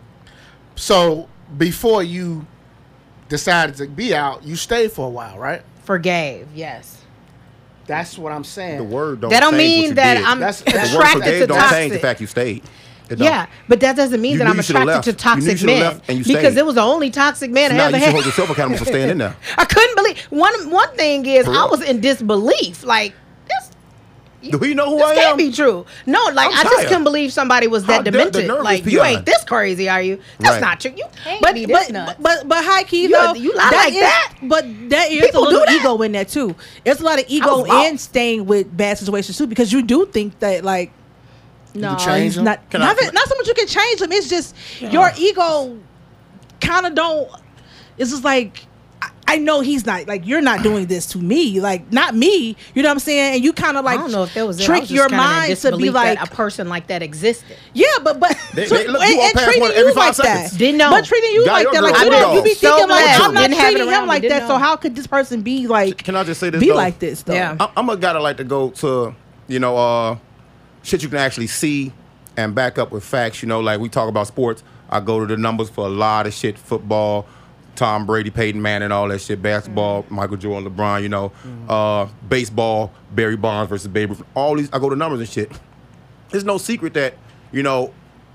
B: So before you decided to be out, you stayed for a while, right?
E: forgave yes
B: That's what I'm saying.
C: The word don't.
E: that don't
C: change what you
E: mean that
C: did.
E: I'm
B: That's- The word
C: the word
E: attracted
C: forgave
E: to
C: don't change the
E: toxic.
C: fact you stayed. It don't.
E: Yeah, but that doesn't mean
C: You
E: that
C: knew
E: I'm
C: you should've left.
E: attracted to
C: You knew you
E: toxic
C: should've
E: men
C: left and you
E: because
C: stayed.
E: it was the only toxic man I
C: now
E: ever
C: you should hold
E: had.
C: yourself accountable for staying in there.
E: I couldn't believe one. One thing is
C: For
E: I
C: real.
E: was in disbelief. Like this,
C: Do you know who
E: this
C: I
E: can't
C: am?
E: be true. No, like
C: I'm
E: i just
C: tired.
E: couldn't believe somebody was
C: How da-
E: that
C: the
E: demented.
C: nerve is
E: Like you
C: beyond.
E: ain't this crazy, are you? That's
C: Right.
E: not true. You
A: Ain't
E: but
A: be this
D: But,
A: nuts.
D: but but high key
E: You-
D: though,
E: you lie like
D: is-
E: that?
D: But that is
E: People
D: a little
E: do that.
D: ego in there too. It's a lot of
E: I
D: ego
E: was wrong.
D: in staying with bad situations too, because you do think that like, no,
B: change
D: he's
B: him?
D: not.
C: Can I-
D: not, that- not so much you can change them. It's just your ego kind of don't. It's just like. I- I know he's not like you're not doing this to me, like not me. You know what I'm saying? And you kind of like
E: I don't know if that was it. I
D: trick
E: was just
D: your
E: kinda in
D: mind to be
E: disbelief that
D: like
E: a person like that existed.
D: yeah, but but
C: They-
D: so-
C: they- look, you walk past one every five seconds.
D: that.
E: Didn't know.
D: But treating you
C: Got
D: like
C: your
D: that, like
C: girl
D: you
C: with
D: don't, you be
C: dogs.
D: thinking
E: So
D: like
E: glad
D: I'm
E: you
D: not
E: didn't have it
D: treating
E: around
D: him
E: me,
D: like
E: didn't
D: that. So
E: know.
D: how could this person be like?
C: Can I just say this?
D: be
C: though?
D: like this though?
E: Yeah.
C: I- I'm a guy that like to go to, you know, uh, shit you can actually see and back up with facts. You know, like we talk about sports. I go to the numbers for a lot of shit. Football, Tom Brady, Peyton Manning, all that shit. Basketball, Michael Jordan, LeBron. You know, uh, baseball, Barry Bonds versus Babe Ruth. All these, I go to numbers and shit. It's no secret that you know,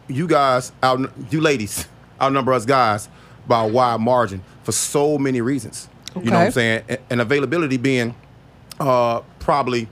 C: you guys, out, you ladies, outnumber us guys by a wide margin for so many reasons. You know what I'm
D: Okay.
C: saying? And, and availability being uh, probably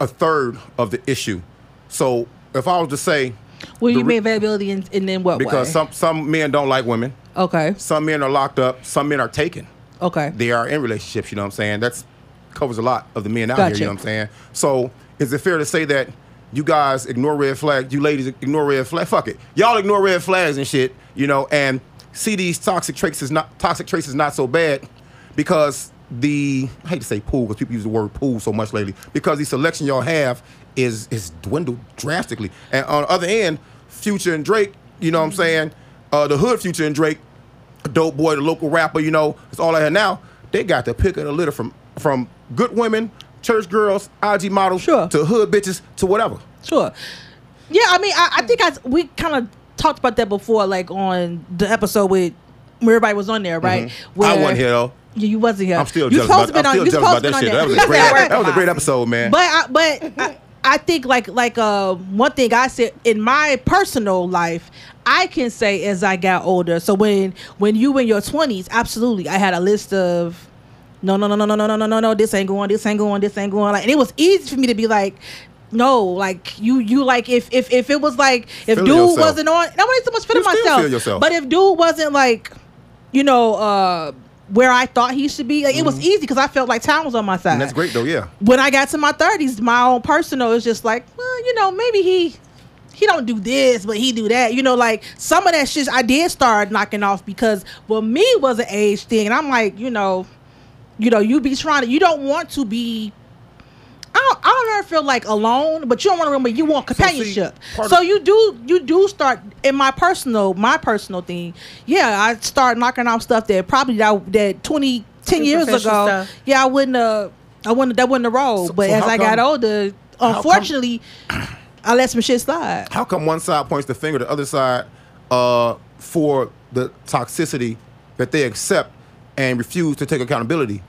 C: a third of the issue. So if I was to say,
D: Well,
C: The
D: you
C: re-
D: mean availability and, and then what?
C: because
D: way?
C: some some men don't like women,
D: okay,
C: some men are locked up, some men are taken.
D: okay,
C: They are in relationships. You know what I'm saying? That's covers a lot of the men out
D: Gotcha.
C: here. You know what I'm saying? So is it fair to say that you guys ignore red flags? You ladies ignore red flags. Fuck it. Y'all ignore red flags and shit. You know, and see these toxic traits is not toxic traits is not so bad because the I hate to say pool because people use the word pool so much lately because the selection y'all have is is dwindled drastically. And on the other end, Future and Drake. You know what I'm saying? Uh, the hood Future and Drake dope boy, the local rapper, you know, it's all I have now. They got the pick of the litter from from good women, church girls, IG models,
D: Sure.
C: to hood bitches, to whatever.
D: sure. Yeah, I mean, I, I think I we kind of talked about that before, like on the episode with where everybody was on there, right?
C: Mm-hmm. I
D: Where-
C: wasn't here though.
D: Yeah, you wasn't here.
C: I'm still
D: you supposed
C: jealous about,
D: to been
C: I'm
D: on.
C: still
D: You
C: jealous about
D: supposed to
C: that
D: been on
C: shit.
D: there.
C: That was a
D: You
C: great
D: supposed to been on there.
C: that was a great episode, man.
D: But I, but I, I think like like uh one thing I said in my personal life, I can say as I got older. So when when you in your twenties, absolutely, I had a list of. No, no, no, no, no, no, no, no, no, no. This ain't going. This ain't going. This ain't going. Like, and it was easy for me to be like, no, like you, you like if if if it was like if
C: Feel
D: dude
C: yourself.
D: wasn't on, and I wasn't so much feeling
C: You still
D: myself,
C: feel yourself.
D: but if dude wasn't like, you know, uh where I thought he should be, like, it was easy because I felt like time was on my side.
C: Mm-hmm. and that's great though, yeah.
D: When I got to my thirties, my own personal is just like, well, you know, maybe he he don't do this, but he do that. You know, like some of that shit I did start knocking off because well, me was an age thing, and I'm like, you know, you know, you be trying to, you don't want to be. I don't, I don't ever feel like alone, but you don't want to remember you want companionship. So,
C: part of-
D: you do you do start in my personal my personal thing. Yeah, I start knocking off stuff that probably that that 20 10 years ago.
E: Superficial stuff.
D: Yeah, I wouldn't uh I wouldn't that wouldn't have rolled.
C: So-
D: but
C: so
D: as
C: how
D: I got
C: come-
D: older,
C: come-
D: unfortunately, I let some shit slide.
C: How come one side points the finger, the other side uh, for the toxicity that they accept and refuse to take accountability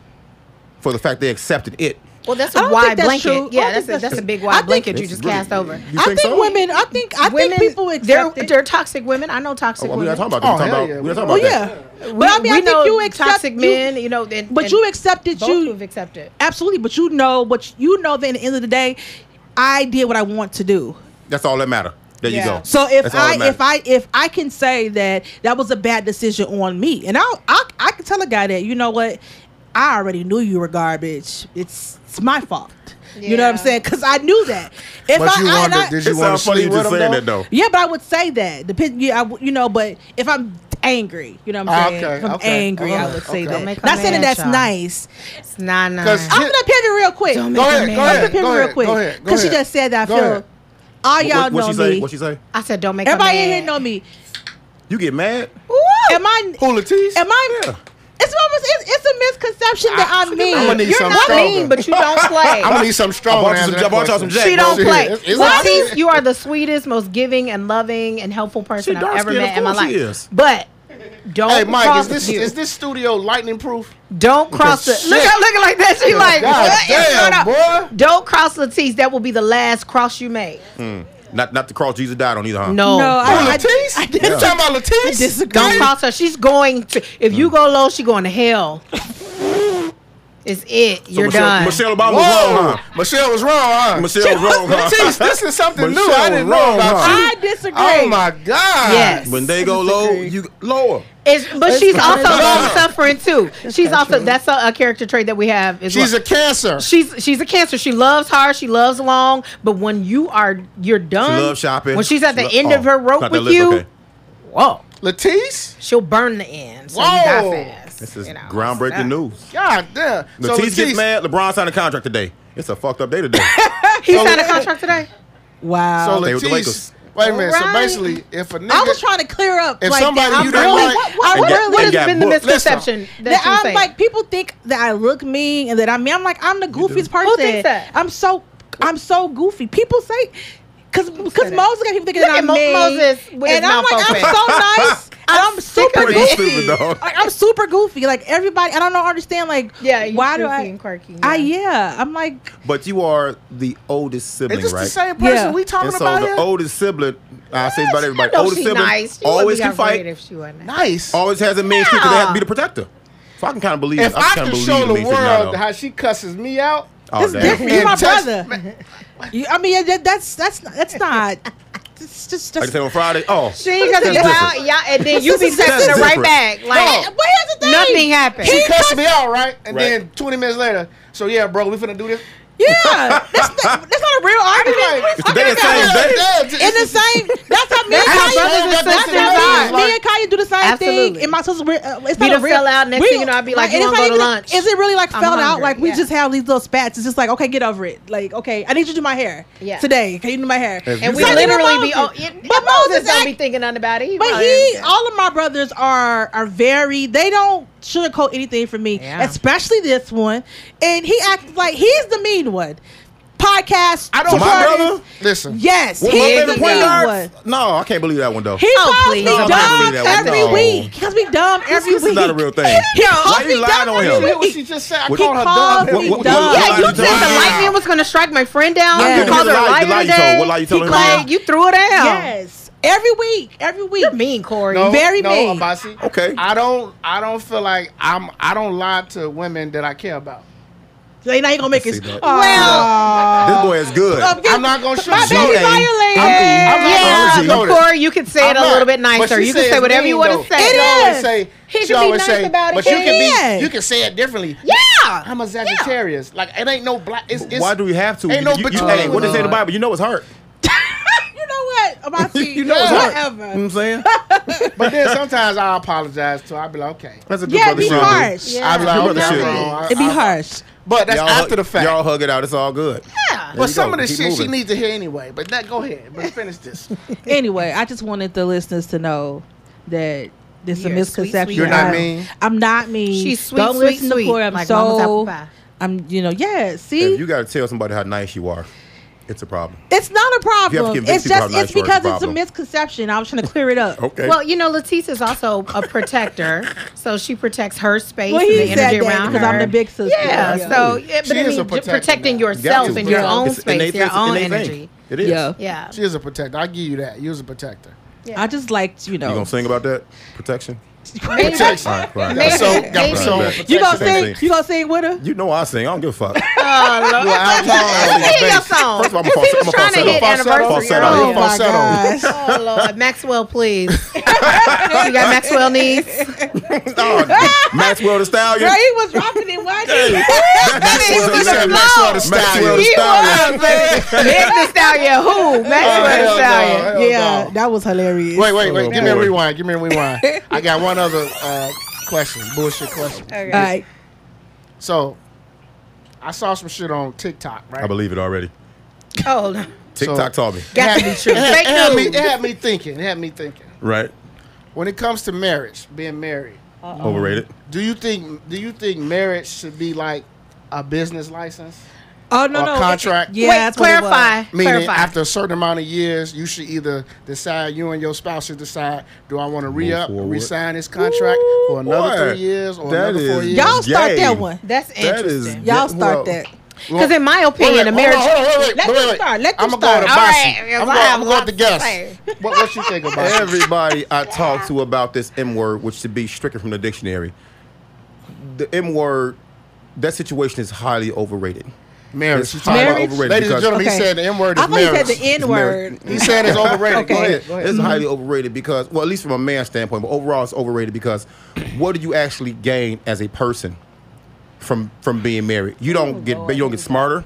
C: for the fact they accepted it?
E: Well, that's
D: I
E: a
D: don't
E: wide
D: think that's
E: blanket.
D: true. I
E: Yeah,
D: don't think
E: that's a,
D: that's
E: that's a
D: true.
E: big
D: I
E: wide
D: think-
E: blanket you
C: It's
E: just
C: really-
E: cast over.
C: You
D: I think
C: think so?
D: women I think I
E: Women,
D: think people
E: they're,
D: accept it.
E: they're toxic women. I know toxic
C: Oh, we're not
E: women.
C: talking about
B: Oh,
C: that. We're talking about,
B: hell yeah.
C: we're not talking
D: well,
C: about that.
D: yeah. but I mean, I
E: we know
D: think you accept
E: toxic
D: you-
E: men. You know, and,
D: but
E: and
D: you accepted
E: both
D: you
E: who've accepted.
D: absolutely, but you know, but you know that at the end of the day, I did what I want to do.
C: That's all that matter. There you
E: Yeah.
C: go.
D: So if
C: That's all that
D: I if
C: matters.
D: I if I can say that that was a bad decision on me, and I I I can tell a guy that you know what, I already knew you were garbage. It's it's my fault. You know what I'm
E: Yeah.
D: saying? Because I knew that. If
B: But
D: I,
B: you
D: I- and
B: wonder,
D: I-
B: did
C: It
B: you want
C: sounds
B: to
C: funny
B: sleep
C: you
B: with
C: just
B: him?
C: saying
B: though?
C: that though.
D: yeah, but I would say that. Depend, yeah, I w you know, but if I'm angry, you know what
B: Ah,
D: I'm saying?
B: okay,
D: if I'm
B: okay.
D: angry, I would say
B: Okay.
D: that.
E: Don't make a
D: Not saying that
E: man,
D: that's
E: child.
D: nice.
E: It's not nice.
B: 'Cause-
D: I'm gonna pivot real quick.
E: Don't
D: I'm
E: make
B: Go
E: a
B: ahead,
E: man.
B: go
E: I'm
D: gonna
B: ahead,
D: pivot
B: go
D: real
B: ahead, go
D: quick
B: ahead, go
D: because she
B: ahead.
D: just said that. I
B: Go
D: feel
B: ahead.
D: all y'all
C: what,
D: know
C: what she
D: me.
C: say? What she say?
E: I said, don't make
D: Everybody
E: a man.
D: in here know me.
C: You get mad?
D: Am I?
B: Who, Latisse?
D: Am I? It's, almost- it's, it's a misconception that I'm mean.
B: I'ma need
D: You're
B: some
D: not
B: stronger.
E: mean, but you don't play.
B: I'm gonna need something strong.
C: I bought you
B: to
C: some-
B: answer
C: I bought y'all
B: that
C: some
B: question.
C: Jack.
E: she don't
B: Shit,
E: play.
B: it's- it's
E: Latice,
B: obvious.
E: you are the sweetest, most giving, and loving, and helpful person I've ever
C: dark-skinned,
E: met
C: of
E: in my
C: course
E: life.
C: she is.
E: But don't
B: Hey, Mike,
E: cross
B: is this
E: you.
B: is this studio lightning proof?
E: Don't cross the.
B: Because
E: Look,
B: shit.
E: I'm looking like that. She like,
B: God
E: what is
B: damn,
E: going on?
B: boy. Hmm.
E: Don't cross Latisse. That will be the last cross you made.
C: Not not the cross Jesus died on either, huh?
E: No.
D: No, I-
B: Oh, Latisse?
D: I
B: you
D: dis-
B: talking about Latisse?
D: disagree.
E: Don't cross her. She's going to. If
B: Hmm.
E: you go low, she going to hell. it's it.
C: So
E: You're
C: Michelle,
E: done.
C: Michelle Obama
B: Whoa,
C: was wrong, huh?
B: Michelle was wrong, huh?
C: Michelle was wrong, huh?
B: Latisse, this is something new.
C: Michelle
B: I didn't
C: was wrong,
B: know about
C: huh?
B: you.
D: I disagree.
B: Oh my God!
E: Yes.
C: When they go low, you lower.
E: It's, but she's also
B: not
E: long
B: true.
E: suffering too. she's
A: not
E: also
A: true.
E: that's a, a character trait that we have. Is
B: she's
E: well.
B: a cancer.
E: she's she's a cancer. She loves hard. She loves long. But when you are you're done.
C: She loves shopping.
E: When she's at
C: She
E: the
C: lo-
E: end
C: oh,
E: of her rope
C: got that
E: with
C: lip,
E: you,
C: okay.
E: whoa,
B: Latisse,
E: she'll burn the end. So you
B: Whoa.
E: die fast.
C: This is
E: you know,
C: groundbreaking
E: stuff.
C: news.
B: God damn.
C: Latisse gets mad. LeBron signed a contract today. It's a fucked up day today.
E: He signed a contract today.
B: So
D: Wow.
C: They with the
B: Latisse.
C: Lakers.
B: Wait a minute. So
E: Right.
B: basically, if a
D: Um,
B: nigga,
D: I was trying to clear up.
B: If
D: like
B: somebody
D: that.
B: you
D: I'm
B: don't
D: really,
B: like-
D: what, what,
C: And
D: what
C: get-
D: really
E: What has
C: got
E: been the
C: booked.
E: misconception that
D: that
E: you're
D: I'm
E: saying?
D: like people think that I look mean and that I mean I'm like I'm the goofiest person.
E: Who thinks that?
D: I'm so I'm so goofy. People say because because
E: that?
D: Moses got people thinking
E: Look
D: that
E: at
D: I'm
E: Mo-
D: mean.
E: Moses with his
D: and I'm
E: mouth
D: like I'm
E: open.
D: so nice. and I'm super
E: Pretty
D: goofy.
C: stupid, dog.
D: Like, I'm super goofy. Like everybody, I don't know understand. Like
E: yeah, you
D: why do
E: goofy
D: I?
E: And quirky,
D: I
E: yeah.
D: yeah. I'm like
C: but you are the oldest
B: is
C: sibling,
B: this
C: right?
B: the same person
D: Yeah.
B: we talking
C: and so
B: about
C: the
B: here?
C: oldest sibling, I say about everybody,
E: I know
C: oldest
E: she's
C: sibling
E: nice. She
C: always
E: always
C: can
E: be fight.
C: fight,
E: If she wasn't.
B: nice.
C: always has a mean streak because they have to be
E: Yeah.
C: the protector. So I can kind of believe.
B: if
C: oh, I
B: I
C: can
B: can
C: believe
B: show the
C: mean streak now,
B: world
C: though.
B: how she cusses me out,
C: Oh,
D: it's
C: damn.
D: different. You're my
B: And touch-
D: brother. You- I mean yeah, that, that's that's that's not. It's just
C: Like I
D: just.
C: said on Friday. Oh,
E: She ain't gonna
C: That's
E: go out,
C: different.
E: y'all, and then you be
D: That's
E: texting her right
C: different.
E: back. Like
D: But here's the thing.
E: nothing happened.
B: she cussed me out, right? And
C: Right.
B: then 20 minutes later, so yeah, bro, we finna do this.
D: Yeah, that's not, that's not a real argument.
B: Like,
C: It's the day of
B: yeah,
C: same day.
B: yeah,
D: In the same, that's how me and
E: That's how brothers
D: Kaya.
E: and
D: That's
E: sisters
D: how
E: are.
D: me, me and Kaya do the same
E: Absolutely.
D: thing. And my sister, we're, uh, it's
E: Be
D: not a
E: the
D: real
E: sellout. Next
D: we-
E: thing you know, I be like,
D: and
E: you
D: it's not
E: wanna go to
D: even-
E: lunch?
D: Is it really like
E: I'm
D: fell out?
E: hungry.
D: Like we
E: Yeah.
D: just have these little spats. It's just like, okay, get over it. Like, okay, I need you to do my hair
E: Yeah.
D: today. Can you do my hair?
C: If
E: and
C: you
E: we
C: say-
E: literally be. Oh,
D: Moses.
E: it,
D: But
E: but Moses
D: Moses
E: don't
D: act-
E: be thinking nothing about it.
D: But
E: probably
D: he,
E: understand.
D: all of my brothers are are very. They don't sugarcoat anything for me,
E: Yeah.
D: especially this one. And he acts like he's the mean one. Podcast.
B: I
C: So
B: don't
D: two
C: my
B: parties.
C: brother?
B: Listen.
D: Yes,
C: What, my
D: he's
C: favorite
D: the
C: point
D: mean
C: guard?
D: one.
C: No, I can't believe that one though.
D: He
E: Oh,
D: calls me
E: please, don't
C: believe
D: dumb
C: that one.
D: every
C: No.
D: week. He calls me dumb every
C: This
D: week.
C: is not a real thing.
D: He
C: Why
D: calls
C: you
D: me
C: lying
D: dumb
C: on
D: every
C: him?
B: You hear what
D: week.
B: she just said? I
C: What-
B: called her
D: calls
B: dumb.
D: me
B: What- what-
D: dumb.
B: what-
E: Yeah, you
C: Lied
E: said
C: to
E: the
C: Zion.
E: lightning was gonna strike my friend down.
D: Yeah.
E: You called her
C: You lied- you
E: liar
C: lied to
E: today.
C: her. What lie you told
E: He
C: her?
E: like, you threw her down.
D: Yes, every week, every week.
E: You're mean, Corey.
B: No,
D: Very
B: no,
D: mean.
B: Abasi.
C: Okay.
B: I don't. I don't feel like I'm. I don't lie to women that I care about.
D: They not gonna make
C: I
D: us.
C: see that.
D: Well,
C: This boy is good.
B: I'm not gonna show
D: My
B: you.
D: baby
C: She ain't.
D: violated.
B: I'm- I'm-
E: Yeah,
B: Noted.
E: but Corey, you could say it
B: I'm
E: a
B: not.
E: little bit
B: But
E: nicer.
B: she
E: You could
B: said
E: say
B: it's
E: whatever you
B: mean,
E: want
B: though.
E: to say.
B: She
D: It
B: always
D: is.
B: say. she
E: He could be
B: always
E: nice
B: say.
E: about it.
B: But you
E: It
B: can
D: is.
B: be. You can say it differently.
E: Yeah.
B: I'm a Sagittarius. Like it ain't no black. It's, it's,
C: Why do we have to?
B: Ain't no
C: you, you,
B: between
C: hey, what they
B: us.
C: say in the Bible? You know it's hurt.
D: You know what? About to
C: you know it's Mm. hurt.
D: whatever.
C: You know what I'm saying?
B: But then sometimes I apologize to. her. I be like, okay.
C: That's a good
D: Yeah,
C: brother
D: be
C: shit, dude.
D: harsh.
E: Yeah.
B: I be like,
C: Your
B: okay,
C: brother
B: I'm
C: should.
B: wrong. I-
D: It'd be
B: I-
D: harsh.
B: But that's
C: Y'all hug-
B: after the fact.
C: Y'all hug it out. It's all good.
E: Yeah.
C: There
B: but
C: you
B: some
C: go.
B: of the
C: Keep
B: shit she
C: moving.
B: needs to hear anyway. But that go ahead. But finish this.
D: anyway, I just wanted the listeners to know that this is a
E: You're a sweet,
D: misconception.
E: sweet You're
B: not
D: I'm-
B: mean.
D: I'm not mean.
E: She's sweet,
D: Don't
E: sweet,
D: listen to
E: sweet,
D: Corey. I'm
E: like mama's apple
D: so.
E: pie.
D: I'm, you know, yeah. See,
C: If you got to tell somebody how nice you are, it's a problem.
D: it's not a
C: you have to
D: problem.
C: convince
D: It's
C: people
D: just
C: how
D: it's
C: nice you are, it's a
D: because it's a
C: problem. Oh.
D: misconception. I was trying to clear it up.
C: Okay.
E: Well, you know, Letice is also a protector, so she protects her space
D: Well,
E: and
D: he
E: the
D: said
E: energy
D: that
E: around her.
D: because I'm the big sister.
E: Yeah, so yeah, but
B: She
E: I
B: is a
E: mean, ju-
B: protector
E: protecting
B: now.
E: yourself
C: Got
E: and
C: to.
E: your
D: Yeah.
E: own
C: It's- and
E: space,
C: they-
E: your
C: it's- and
E: own
C: they think.
E: energy.
C: It is.
D: Yeah.
E: Yeah.
B: She is a protector. I give you that. You was a protector.
D: I just liked, you know.
C: You gonna sing about that protection?
E: Maybe-
B: Protection.
C: All right, all
E: Maybe-
C: right.
B: So got
E: maybe-
B: so protected.
D: You gonna
C: Same
D: sing?
C: thing.
D: You gonna sing with her?
C: You know I sing. I don't give a fuck.
E: Oh, Lord. Let's hear your song.
C: First of all, I'm a
E: If he
C: falsetto- I'm
E: was
C: a
E: trying to
C: falsetto.
E: hit
C: Falsetto.
E: anniversary
C: Falsetto.
E: earlier.
D: Oh my
B: Falsetto.
D: gosh!
E: Oh Lord, Maxwell, please. you got Maxwell needs.
C: oh, Maxwell the Stallion.
D: Girl, he was rocking it. What?
C: Maxwell
E: He was
C: the Stallion. Maxwell
E: slow.
C: the Stallion.
E: He was, man. Mr. Stallion,
C: Oh,
E: who? Maxwell
B: hell no.
E: Stallion.
B: Hell
D: Yeah,
B: no.
D: that was hilarious.
B: Wait, wait, wait.
C: Oh,
B: Give me a
C: boy.
B: rewind. Give me a rewind. I got one other uh, question. Bullshit question.
E: Okay.
D: All right.
B: So, I saw some shit on TikTok, right?
C: I believe it already.
E: Oh, no.
C: TikTok
B: So-
C: taught me.
E: got to be true.
B: It had, it had me,
E: Fake
B: it
E: news.
B: had me thinking. It had me thinking.
C: Right.
B: When it comes to marriage, being married,
C: Overrated.
B: do you think do you think marriage should be like a business license?
D: Oh no,
B: Or
D: no.
B: contract.
D: Yeah,
E: Wait,
D: that's what it was.
E: clarify.
B: Meaning,
E: Clarify.
B: after a certain amount of years, you should either decide you and your spouse should decide: Do I want to re up,
C: forward.
B: resign this contract
C: Ooh,
B: for another
C: boy.
B: three years or
C: That
B: another four
C: is-
B: years?
D: Y'all start
C: Yay.
D: that one.
E: That's
C: That is
E: interesting.
D: Y'all
C: Well,
D: start that.
E: Because in my opinion, a marriage.
D: Let
B: Let
D: them start. Let them
B: I'm gonna go
D: start.
B: to
E: All
B: Basi.
E: right,
B: I'm
E: I have
B: gonna go
E: lots
B: to
E: to
B: guess.
E: say.
B: What what you think about it?
C: Everybody I talk to about this M word, which should be stricken from the dictionary, the M word, that situation is highly overrated.
B: marriage?
C: It's
B: She's talking about
D: Marriage?
B: overrated. Ladies and
C: because-
B: gentlemen,
D: Okay.
B: he said the M word
D: I
B: is
D: thought you
B: marriage.
D: said the N word.
B: He said it's overrated.
D: Okay.
B: Go ahead. Go ahead. Mm-hmm.
C: It's highly overrated because, well, at least from a man's standpoint, but overall, it's overrated because what do you actually gain as a person from from being married? You
D: Oh,
C: don't get you don't get smarter,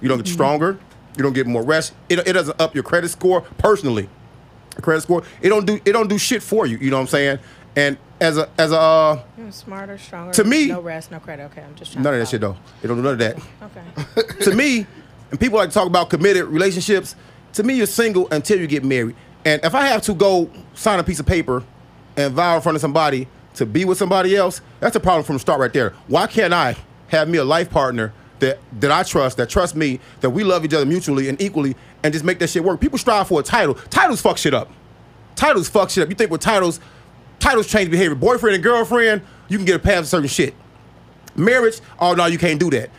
C: you don't get
D: Mm-hmm.
C: stronger, you don't get more rest. It, it doesn't up your credit score personally. Credit score, it don't do it don't do shit for you. You know what I'm saying? And as a as a uh,
E: Smarter, stronger.
C: To me-
E: no rest, no credit. Okay, I'm just trying.
C: none
E: to
C: of that shit though. It don't do none of that.
E: follow. Okay.
C: to me, and people like to talk about committed relationships. To me, you're single until you get married. And if I have to go sign a piece of paper and vow in front of somebody to be with somebody else, that's a problem from the start right there. Why can't I have me a life partner that that I trust, that trusts me, that we love each other mutually and equally, and just make that shit work? People strive for a title. Titles fuck shit up. Titles fuck shit up. You think with titles, titles change behavior. Boyfriend and girlfriend, you can get past certain shit. Marriage, oh no, you can't do that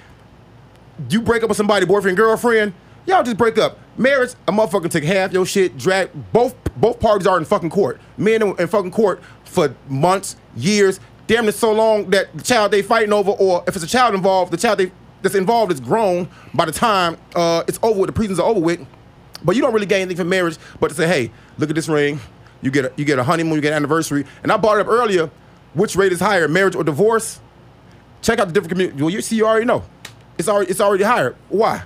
C: you break up with somebody, boyfriend, girlfriend, y'all just break up. Marriage, a motherfucker take half your shit, drag both both parties are in fucking court. Men in, in fucking court for months, years, damn it so long that the child they fighting over, or if it's a child involved, the child they that's involved is grown by the time uh, it's over with, the prisons are over with. But you don't really gain anything from marriage, but to say, hey, look at this ring, you get a, you get a honeymoon, you get an anniversary. And I brought it up earlier, which rate is higher, marriage or divorce? check out the different community. Well, you see, you already know. It's already it's already higher. Why?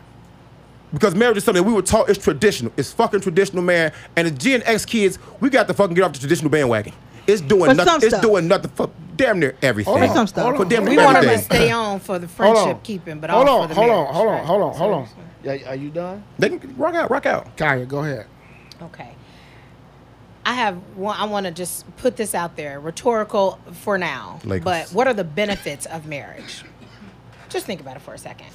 C: Because marriage is something we were taught it's traditional. It's fucking traditional, man. And the Gen X kids, we got to fucking get off the traditional bandwagon. It's doing
D: For some
C: nothing. It's
D: stuff.
C: doing nothing for damn near everything.
B: For
D: some stuff.
C: For damn near
E: We want them to
C: everything.
E: stay on for the
B: Hold on.
E: friendship keeping, but
B: hold
E: all
B: on,
E: for the
B: hold on,
E: marriage,
B: hold on,
E: right?
B: hold on, hold on.
F: Yeah, are you done?
C: They can rock out, rock out.
B: Kaya, go ahead.
E: Okay. I have one. I want to just put this out there, rhetorical for now.
C: Lakers.
E: But what are the benefits of marriage? Just think about it for a second.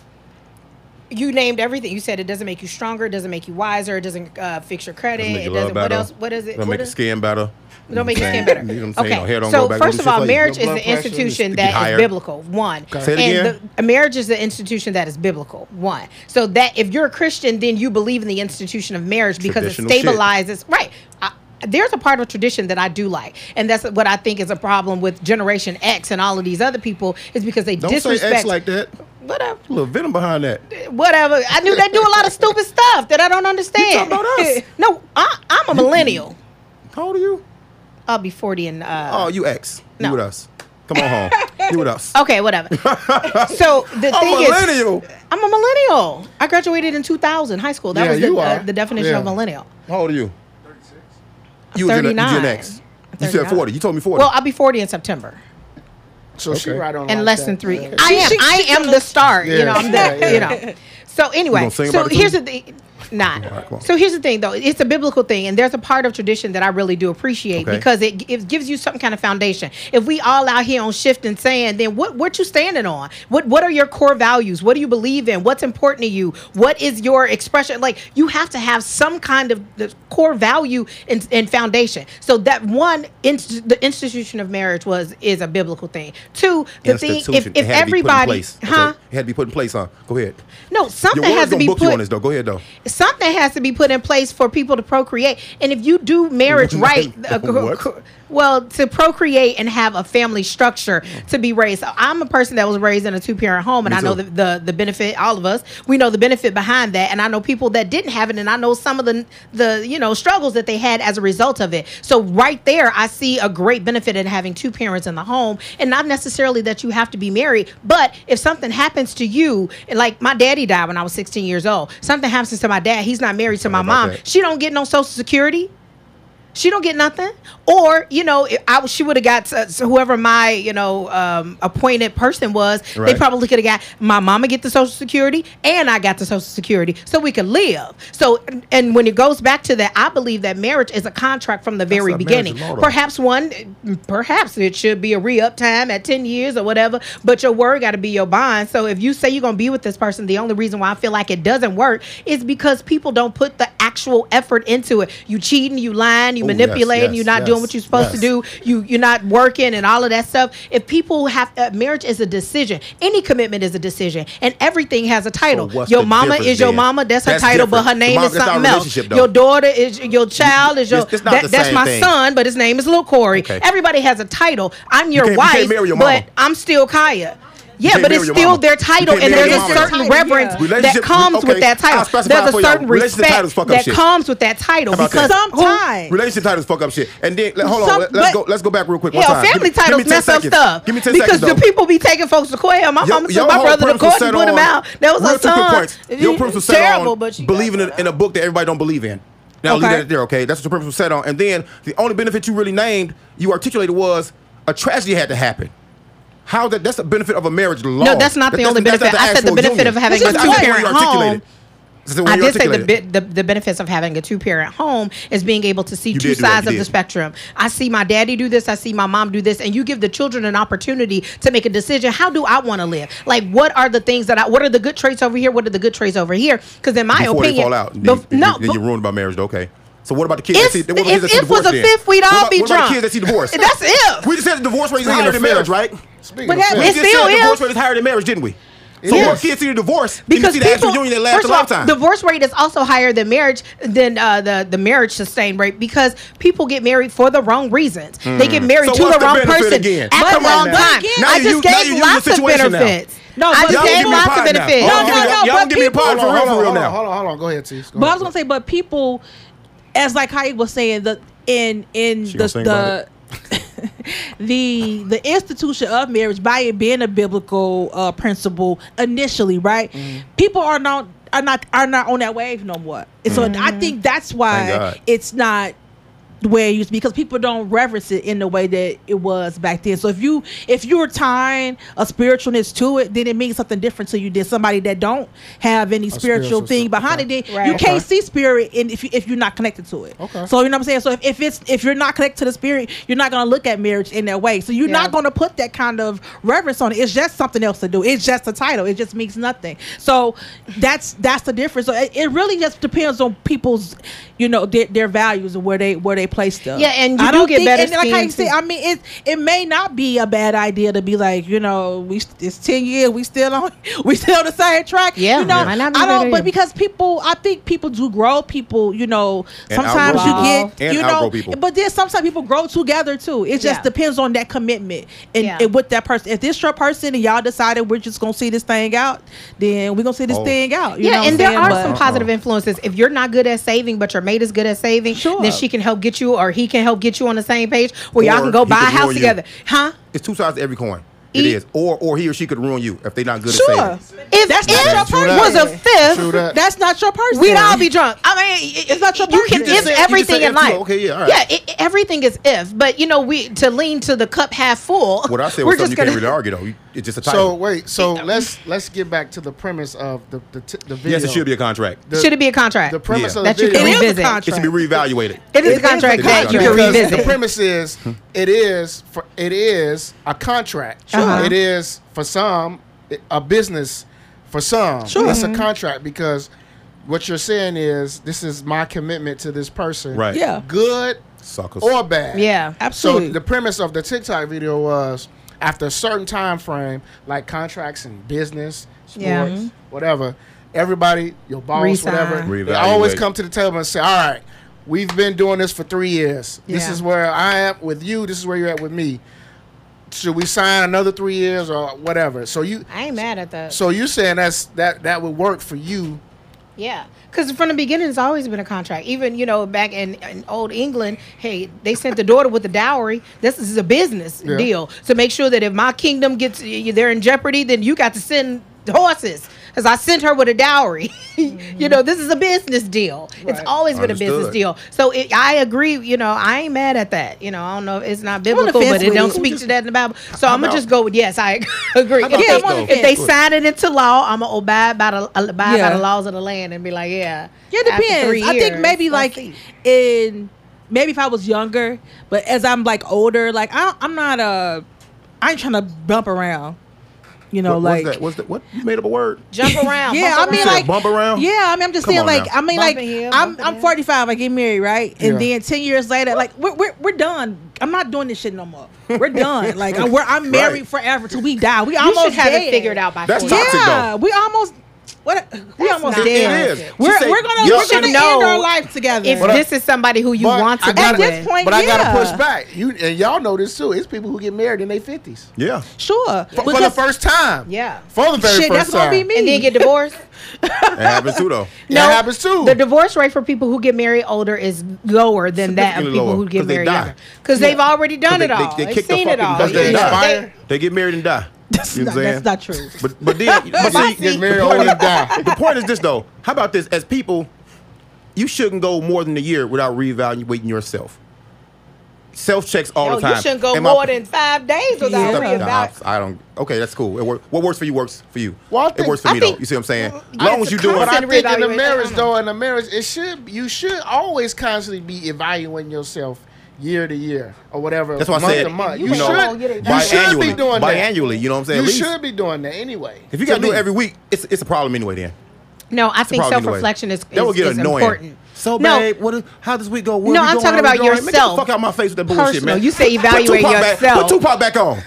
E: You named everything. You said it doesn't make you stronger, it doesn't make you wiser, it doesn't uh, fix your credit.
C: Make
E: It
C: your love
E: doesn't. What
C: better.
E: else? What is it?
C: Don't
E: What
C: make your
E: is-
C: skin better. You know
E: Don't make your
C: what I'm
E: skin
C: saying?
E: better.
C: You know what I'm
E: okay.
C: saying? Your hair don't
E: so
C: go back.
E: first
C: What
E: of
C: you
E: all,
C: say?
E: marriage
B: Your
E: is an
B: blood pressure is-
E: institution
C: Get
E: that
C: higher.
E: is biblical. One,
C: Say it
E: and
C: again.
E: The, a marriage is an institution that is biblical. One, so that if you're a Christian, then you believe in the institution of marriage because it
C: Traditional shit.
E: stabilizes. Right. I, there's a part of tradition that I do like, and that's what I think is a problem with Generation X and all of these other people is because they
C: Don't
E: disrespect.
C: say X like that.
E: whatever,
C: A little venom behind that.
E: whatever. I knew they do a lot of stupid stuff that I don't understand.
C: about us.
E: no, I, I'm a millennial.
C: How old are you?
E: I'll be 40 and uh,
C: Oh, you X. You
E: No.
C: with us. Come on home. you with us.
E: Okay, whatever. so the
C: I'm
E: thing is,
C: millennial.
E: I'm a millennial. I graduated in 2000 high school. That
B: Yeah,
E: was the,
B: you
E: uh,
B: are.
E: the definition of
B: Yeah.
E: millennial.
C: How old are you? 36. You was in a- you
E: 39.
C: Gen X. You said
E: 39.
C: 40. You told me 40.
E: Well, I'll be 40 in September
B: So she
C: Okay.
B: right on.
E: in
B: like
E: less
B: that.
E: than three.
B: Yeah.
E: I am.
D: she-
E: I
D: she
E: am the star.
B: Yeah,
E: you know. I'm
B: yeah,
E: that.
B: yeah.
E: You know. So anyway,
C: gonna sing
E: so
C: about it
E: here's
C: too?
E: the thing. Not.
C: well.
E: So here's the thing, though. It's a biblical thing, and there's a part of tradition that I really do appreciate
C: Okay.
E: because it, it gives you some kind of foundation. If we all out here on shift and saying, then what what you standing on? What what are your core values? What do you believe in? What's important to you? What is your expression? Like you have to have some kind of the core value and, and foundation. So that one, inst- the institution of marriage was is a biblical thing. Two, the thing if,
C: Institution.
E: if
C: It had to be put in
E: everybody
C: place, okay?
E: huh
C: It had to be put in place, huh? Go ahead.
E: no something
C: Your words
E: has to
C: gonna
E: be
C: book you on
E: put
C: this though. Go ahead though.
E: something has to be put in place for people to procreate and if you do marriage right uh,
C: What?
E: co- well to procreate and have a family structure to be raised so i'm a person that was raised in a two-parent home and
C: Me
E: i know
C: too.
E: the, the the benefit all of us we know the benefit behind that and i know people that didn't have it and i know some of the the you know struggles that they had as a result of it so right there i see a great benefit in having two parents in the home and not necessarily that you have to be married but if something happens to you and like my daddy died when i was 16 years old something happens to my dad he's not married to my
C: about
E: mom
C: that.
E: she don't get no social security she don't get nothing or you know it- I, she would have got uh, so whoever my you know um, appointed person was
C: Right.
E: they probably could have got my mama get the social security and i got the social security so we could live so and- and when it goes back to that i believe that marriage is a contract from the very
C: not marriage
E: beginning
C: at all, though.
E: perhaps one perhaps it should be a re-up time at 10 years or whatever but your word got to be your bond so if you say you're going to be with this person the only reason why i feel like it doesn't work is because people don't put the actual effort into it you cheating you lying you
C: Ooh, Oh, yes,
E: manipulating,
C: yes,
E: you're not
C: yes,
E: doing what you're
C: yes.
E: supposed to do, you you're not working and all of that stuff. If people have uh, marriage is a decision, any commitment is a decision, and everything has a title.
C: Well, what's
E: your
C: the
E: mama
C: difference
E: is your
C: then?
E: mama, that's her
C: That's
E: title, but her
C: different.
E: name
C: Mom,
E: is
C: that's not a
E: something else.
C: relationship, though.
E: Your daughter is your child is your
C: It's- it's not
E: that-
C: the
E: that's
C: same
E: my
C: thing.
E: son, but his name is Lil Corey.
C: Okay.
E: Everybody has a title. I'm your
C: can't- you
E: wife,
C: can't marry your mama.
E: but I'm still Kaya. Yeah,
C: can't
E: but
C: marry
E: it's
C: your
E: still
C: mama.
E: their
C: You
E: title,
C: can't marry
E: and there's
C: your
E: a
C: mama.
E: certain
A: Title,
E: reverence
A: yeah.
E: that
C: Relationship-
E: comes
C: okay,
E: with that
C: I'll
E: title.
C: specify for
E: There's a
C: y'all.
E: certain
C: Relationship
E: respect
C: titles fuck up
E: that
C: shit.
E: comes with that title
C: How about
E: because
C: that?
D: Sometimes.
C: Relationship titles fuck up shit. And then let- hold on,
E: Some-
C: let, us
E: but-
C: go. Let's go back real quick. one
E: Hell,
C: time.
E: family
C: Give me- give me
E: titles
C: 10
E: mess up
C: seconds.
E: stuff.
C: Give me ten
E: because
C: seconds. though.
E: the people be taking folks to court. My
C: Yo-
E: mama
C: your
E: took my
C: whole
E: brother to
C: premise was
E: court and
C: set
E: put him
C: on-
E: out. That was
C: real
E: her
C: quick, quick
E: son.
C: points. Your premise was set
D: Terrible,
C: on
D: but you got
C: believing in, in a book that everybody don't believe in. Now leave
D: Okay.
C: that there, okay? That's what your premise was set on. And then the only benefit you really named, you articulated was a tragedy had to happen. How that? That's the benefit of a marriage law.
E: No, that's not the only benefit. I said
C: actual
E: the benefit
C: union.
E: of having
C: That's
E: a
C: not the way you
E: two-parent home.
C: articulated it. That's the way
E: I
C: you
E: did say the,
C: articulated it.
E: bit, the the benefits of having a two parent home is being able to see
C: You
E: two
C: did do that,
E: sides
C: you
E: of the
C: did.
E: spectrum. I see my daddy do this, I see my mom do this, and you give the children an opportunity to make a decision. How do I want to live? Like, what are the things that I? What are the good traits over here? What are the good traits over here? Because in my
C: before
E: opinion,
C: they fall out. Then,
E: bef-
C: no,
E: no,
C: then
E: but-
C: you're ruined by marriage. though, Okay. So what about the kids? that
E: If-
C: see, what about the kids
E: if-
C: that see
E: if was
C: divorce
E: a
C: then?
E: fifth, we'd
C: What
E: all
C: about-
E: be
C: what about
E: drunk.
C: the kids that see divorce?
E: That's if.
C: We just said the divorce rate is
B: It's
C: higher
B: higher
C: than
B: than
C: marriage,
B: fifth.
C: right?
B: Speaking
D: But
B: of
D: that-
C: We
B: sex,
C: just
E: It's
C: said the
E: still
C: divorce
E: if.
C: rate is higher than marriage, didn't we?
B: It
C: So
B: is.
C: more kids see the divorce than you
E: because
C: see the actual
E: people-
C: union that
E: first
C: lasts a
E: of all,
C: lifetime.
E: Divorce rate is also higher than marriage than uh, the the marriage sustained rate because people get married for the wrong reasons. They get married
C: Hmm. So
E: to
C: what's
E: the,
C: the
E: wrong
C: benefit
E: person
C: again?
E: at
C: Come
E: the
C: on
E: wrong
C: now.
E: time.
C: Now
E: I
C: you-
E: just
C: now you
E: gave
C: using
E: lots
C: the
E: of
C: situation now.
E: benefits.
D: No,
E: I
D: but
E: just
C: Y'all
E: gave
C: give me a
E: lots
C: pie
E: of
C: now.
E: benefits.
C: Y'all
D: No,
C: give me-
D: no, no,
C: Y'all
D: but
C: give me a
D: people-
C: pie
B: Hold
C: for
B: on,
C: real,
B: hold
C: for
B: on,
C: real
B: hold on,
C: now.
B: hold on, hold on. Go ahead, T.
D: But I was gonna say, but people, as like how you was saying, the in in
C: She
D: the
C: gonna sing about
D: the the the institution of marriage by it being a biblical uh, principle initially, right?
C: Mm-hmm.
D: People are not are not are not on that wave no more. And So I think that's
C: Thank God.
D: why it's not the way it used to be because people don't reverence it in the way that it was back then. So if you if you're tying a spiritualness to it, then it means something different to you than somebody that don't have any spiritual
B: spiritual
D: thing
B: stuff,
D: behind
B: okay.
D: it. Then you
E: Right.
D: can't see spirit in if you if you're not connected to it.
B: Okay.
D: So you know what I'm saying. So if, if it's if you're not connected to the spirit, you're not gonna look at marriage in that way. So you're
A: Yeah.
D: not gonna put that kind of reverence on it. It's just something else to do. It's just a title. It just means nothing. So that's that's the difference. So it, it really just depends on people's, you know, their, their values and where they where they place stuff.
E: Yeah, and you
D: I
E: do
D: don't
E: get
D: think,
E: better
D: And like I
E: skin,
D: said,
E: too.
D: I mean, it it may not be a bad idea to be like, you know, we it's ten years, we still on, we still on the same track.
E: Yeah,
D: you know,
E: might not be
D: I
E: a bad
D: don't, but
E: idea.
D: because people, I think people do grow. People, you know,
C: And
D: sometimes you
C: outgrow
E: people.
D: get,
C: And
D: you
C: outgrow
D: know,
C: people.
D: but then sometimes people grow together too. It just
E: Yeah.
D: depends on that commitment and,
E: Yeah.
D: and with that person. If this your person and y'all decided we're just gonna see this thing out, then we're gonna see this
C: Oh.
D: thing out. You know
E: yeah,
D: what I'm
E: and there
D: saying?
E: are
D: But- uh-huh.
E: some positive influences. If you're not good at saving, but your mate is good at saving,
D: Sure.
E: then she can help get you, or he can help get you on the same page where y'all
C: Or
E: can go
C: he
E: buy a
C: could
E: house
C: ruin you.
E: together, huh?
C: It's two sides to every coin. It
E: E-
C: is. Or or he or she could ruin you if they're not good
D: Sure.
C: at saving.
E: If
D: That's
E: it
D: not
B: your
E: was a
D: person.
E: fifth,
B: True that.
D: That's not your person.
E: We'd all be drunk. I mean, i-
D: It's not your
E: you
D: birthday.
E: can
D: You
E: if
D: just
C: said- you
E: everything
C: just said if
E: in life.
C: too. Okay, yeah, all right.
E: yeah. i- i- everything is if, but you know, we to lean to the cup half full.
C: What I said
E: we're
C: was something
E: just
C: you can't
E: gonna.
C: really argue though. You- It's just a title.
B: So wait, so let's let's get back to the premise of the the, t- the video.
C: yes, it should be a contract.
B: The-
E: should it be a contract?
B: the premise
C: Yeah.
B: of the
E: that you
B: video.
E: can
D: It is a
E: revisit.
D: contract.
C: It should be reevaluated.
E: It is
D: It
E: a
D: is a
E: contract that you
C: contract.
E: can
B: Because
E: revisit.
B: The premise is it is for it is a contract.
E: Sure.
B: It is for some a business. For some,
D: Sure.
B: it's
E: Mm-hmm.
B: a contract because what you're saying is this is my commitment to this person,
C: Right.
D: Yeah.
B: Good
C: Suckers.
B: or bad.
E: yeah.
D: Absolutely.
B: So the premise of the TikTok video was after a certain time frame, like contracts and business, sports,
E: Yeah. Mm-hmm.
B: whatever, everybody, your boss,
E: Resign.
B: whatever, they always
C: Reevaluate.
B: come to the table and say, All right, we've been doing this for three years. This
E: Yeah.
B: is where I am with you, this is where you're at with me. Should we sign another three years or whatever? So you
E: I ain't mad at that.
B: so you're saying that's that that would work for you.
E: Yeah, because from the beginning, it's always been a contract. Even you know, back in, in old England, hey, they sent the daughter with the dowry. This is a business
B: Yeah.
E: deal to make sure that if my kingdom gets y- they're in jeopardy, then you got to send the horses because I sent her with a dowry.
D: Mm-hmm.
E: you know, this is a business deal. It's always been a business
C: Understood.
E: deal. So it, I agree. You know, I ain't mad at that. You know, I don't know. It's not
D: the
E: biblical,
D: fence
E: but it
D: with
E: don't
D: it.
E: speak to that in the Bible. So I'm gonna
C: about-
E: just go with yes. I agree.
C: about
D: this,
E: If they,
D: though?
E: if they sign it into law, I'm gonna abide by the uh, abide by
D: Yeah.
E: the law laws of the land and be like, yeah.
D: Yeah, it
E: after
D: depends.
E: three
D: I think
E: years,
D: maybe
E: let's
D: like
E: see.
D: in maybe if I was younger, but as I'm like older, like I, I'm not a, I ain't trying to bump around. You know,
C: What-
D: like
C: what's that? What's that? What you made up a word?
A: Jump around.
D: yeah,
A: bump
D: I mean
A: around.
C: said
D: like
C: bump around?
D: Yeah, I mean I'm just
C: Come
D: saying
C: on
D: like
C: now.
D: I mean
A: Bump
D: like
A: it here,
D: I'm
A: bump it
D: I'm
A: there.
D: 45. I get married right, and
B: Yeah.
D: then 10 years later, like we're we're, we're done. I'm not doing this shit no more. We're done. like I, we're, I'm married
C: Right.
D: forever till we die. We
E: You
D: almost
E: should have
D: dead.
E: it figured out by
C: That's
E: forty.
C: toxic.
D: Yeah,
C: though.
D: we almost what we almost
E: not
C: It-
D: dead.
C: it is. She
D: We're,
C: said,
D: we're gonna,
C: "Yo,
D: we're gonna
E: should know
D: end our life together.
E: If
C: I-
E: this is somebody who you
B: But
E: want
B: I
E: to be
B: gotta-
E: with,
D: At this point,
B: But I
D: yeah.
B: gotta push back. You and y'all know this too. It's people who get married in their fifties
C: Yeah.
D: sure,
B: for, for the
D: because-
B: first time.
E: yeah,
B: for the very
D: shit, that's
B: first
D: gonna
B: time.
D: be me.
E: and then get divorced.
C: It happens too though.
B: That happens too.
E: The divorce rate for people who get married older is lower than that of
C: Significantly
E: people
C: lower,
E: who get
C: 'cause they
E: married
C: die.
E: younger because they've already done
C: they-
E: it all.
C: they- they
E: They, have
C: kick the
E: seen it
C: fucking-
E: all.
C: because they
E: Yeah.
C: die.
E: They-
C: They get married and die.
D: That's
C: you know
D: not-
C: what I'm saying?
D: that's not true.
C: But but then but
B: Somebody
C: see,
B: gets married
C: the
B: old
C: point
B: and
C: is-
B: die.
C: the point is this though. How about this? As people, you shouldn't go more than a year without reevaluating yourself. Self checks all
E: Yo,
C: the time.
E: Oh, you shouldn't go
C: Am I-
E: more than five days without
C: Stop-
E: reevaluating.
C: nah, I don't. Okay, that's cool. It work, what works for you works for you.
B: Well, I
C: it
B: think-
C: works for
E: I
C: me though.
E: think-
C: You see what I'm saying? As
E: I-
C: long as you
E: it's a
C: do
B: But
C: it.
E: constant-
B: I think in the
E: reevaluate.
B: marriage though, in the marriage, it should you should always constantly be evaluating yourself year to year or whatever.
C: That's why I
B: month
C: said
B: to month.
C: you,
B: You,
C: know
B: should, you should
C: biannually.
B: be doing that.
C: biannually. You know what I'm saying? At
B: You
C: least-
B: should be doing that anyway.
C: If you
B: To
C: gotta do
B: me.
C: it every week, it's it's a problem anyway. Then
E: No, I think
C: problem anyway.
E: self reflection is, is,
C: that will get
E: is
C: annoying.
E: important.
C: So
E: no,
C: babe, what is, how does we go? Where
E: No,
C: we
E: I'm
C: going?
E: talking
C: How we
E: about
C: going? Man, Get the
E: yourself.
C: fuck out my face with that bullshit,
E: Personal.
C: man.
E: You say
C: Put
E: evaluate
C: Tupac back-
E: yourself.
C: put Tupac back on.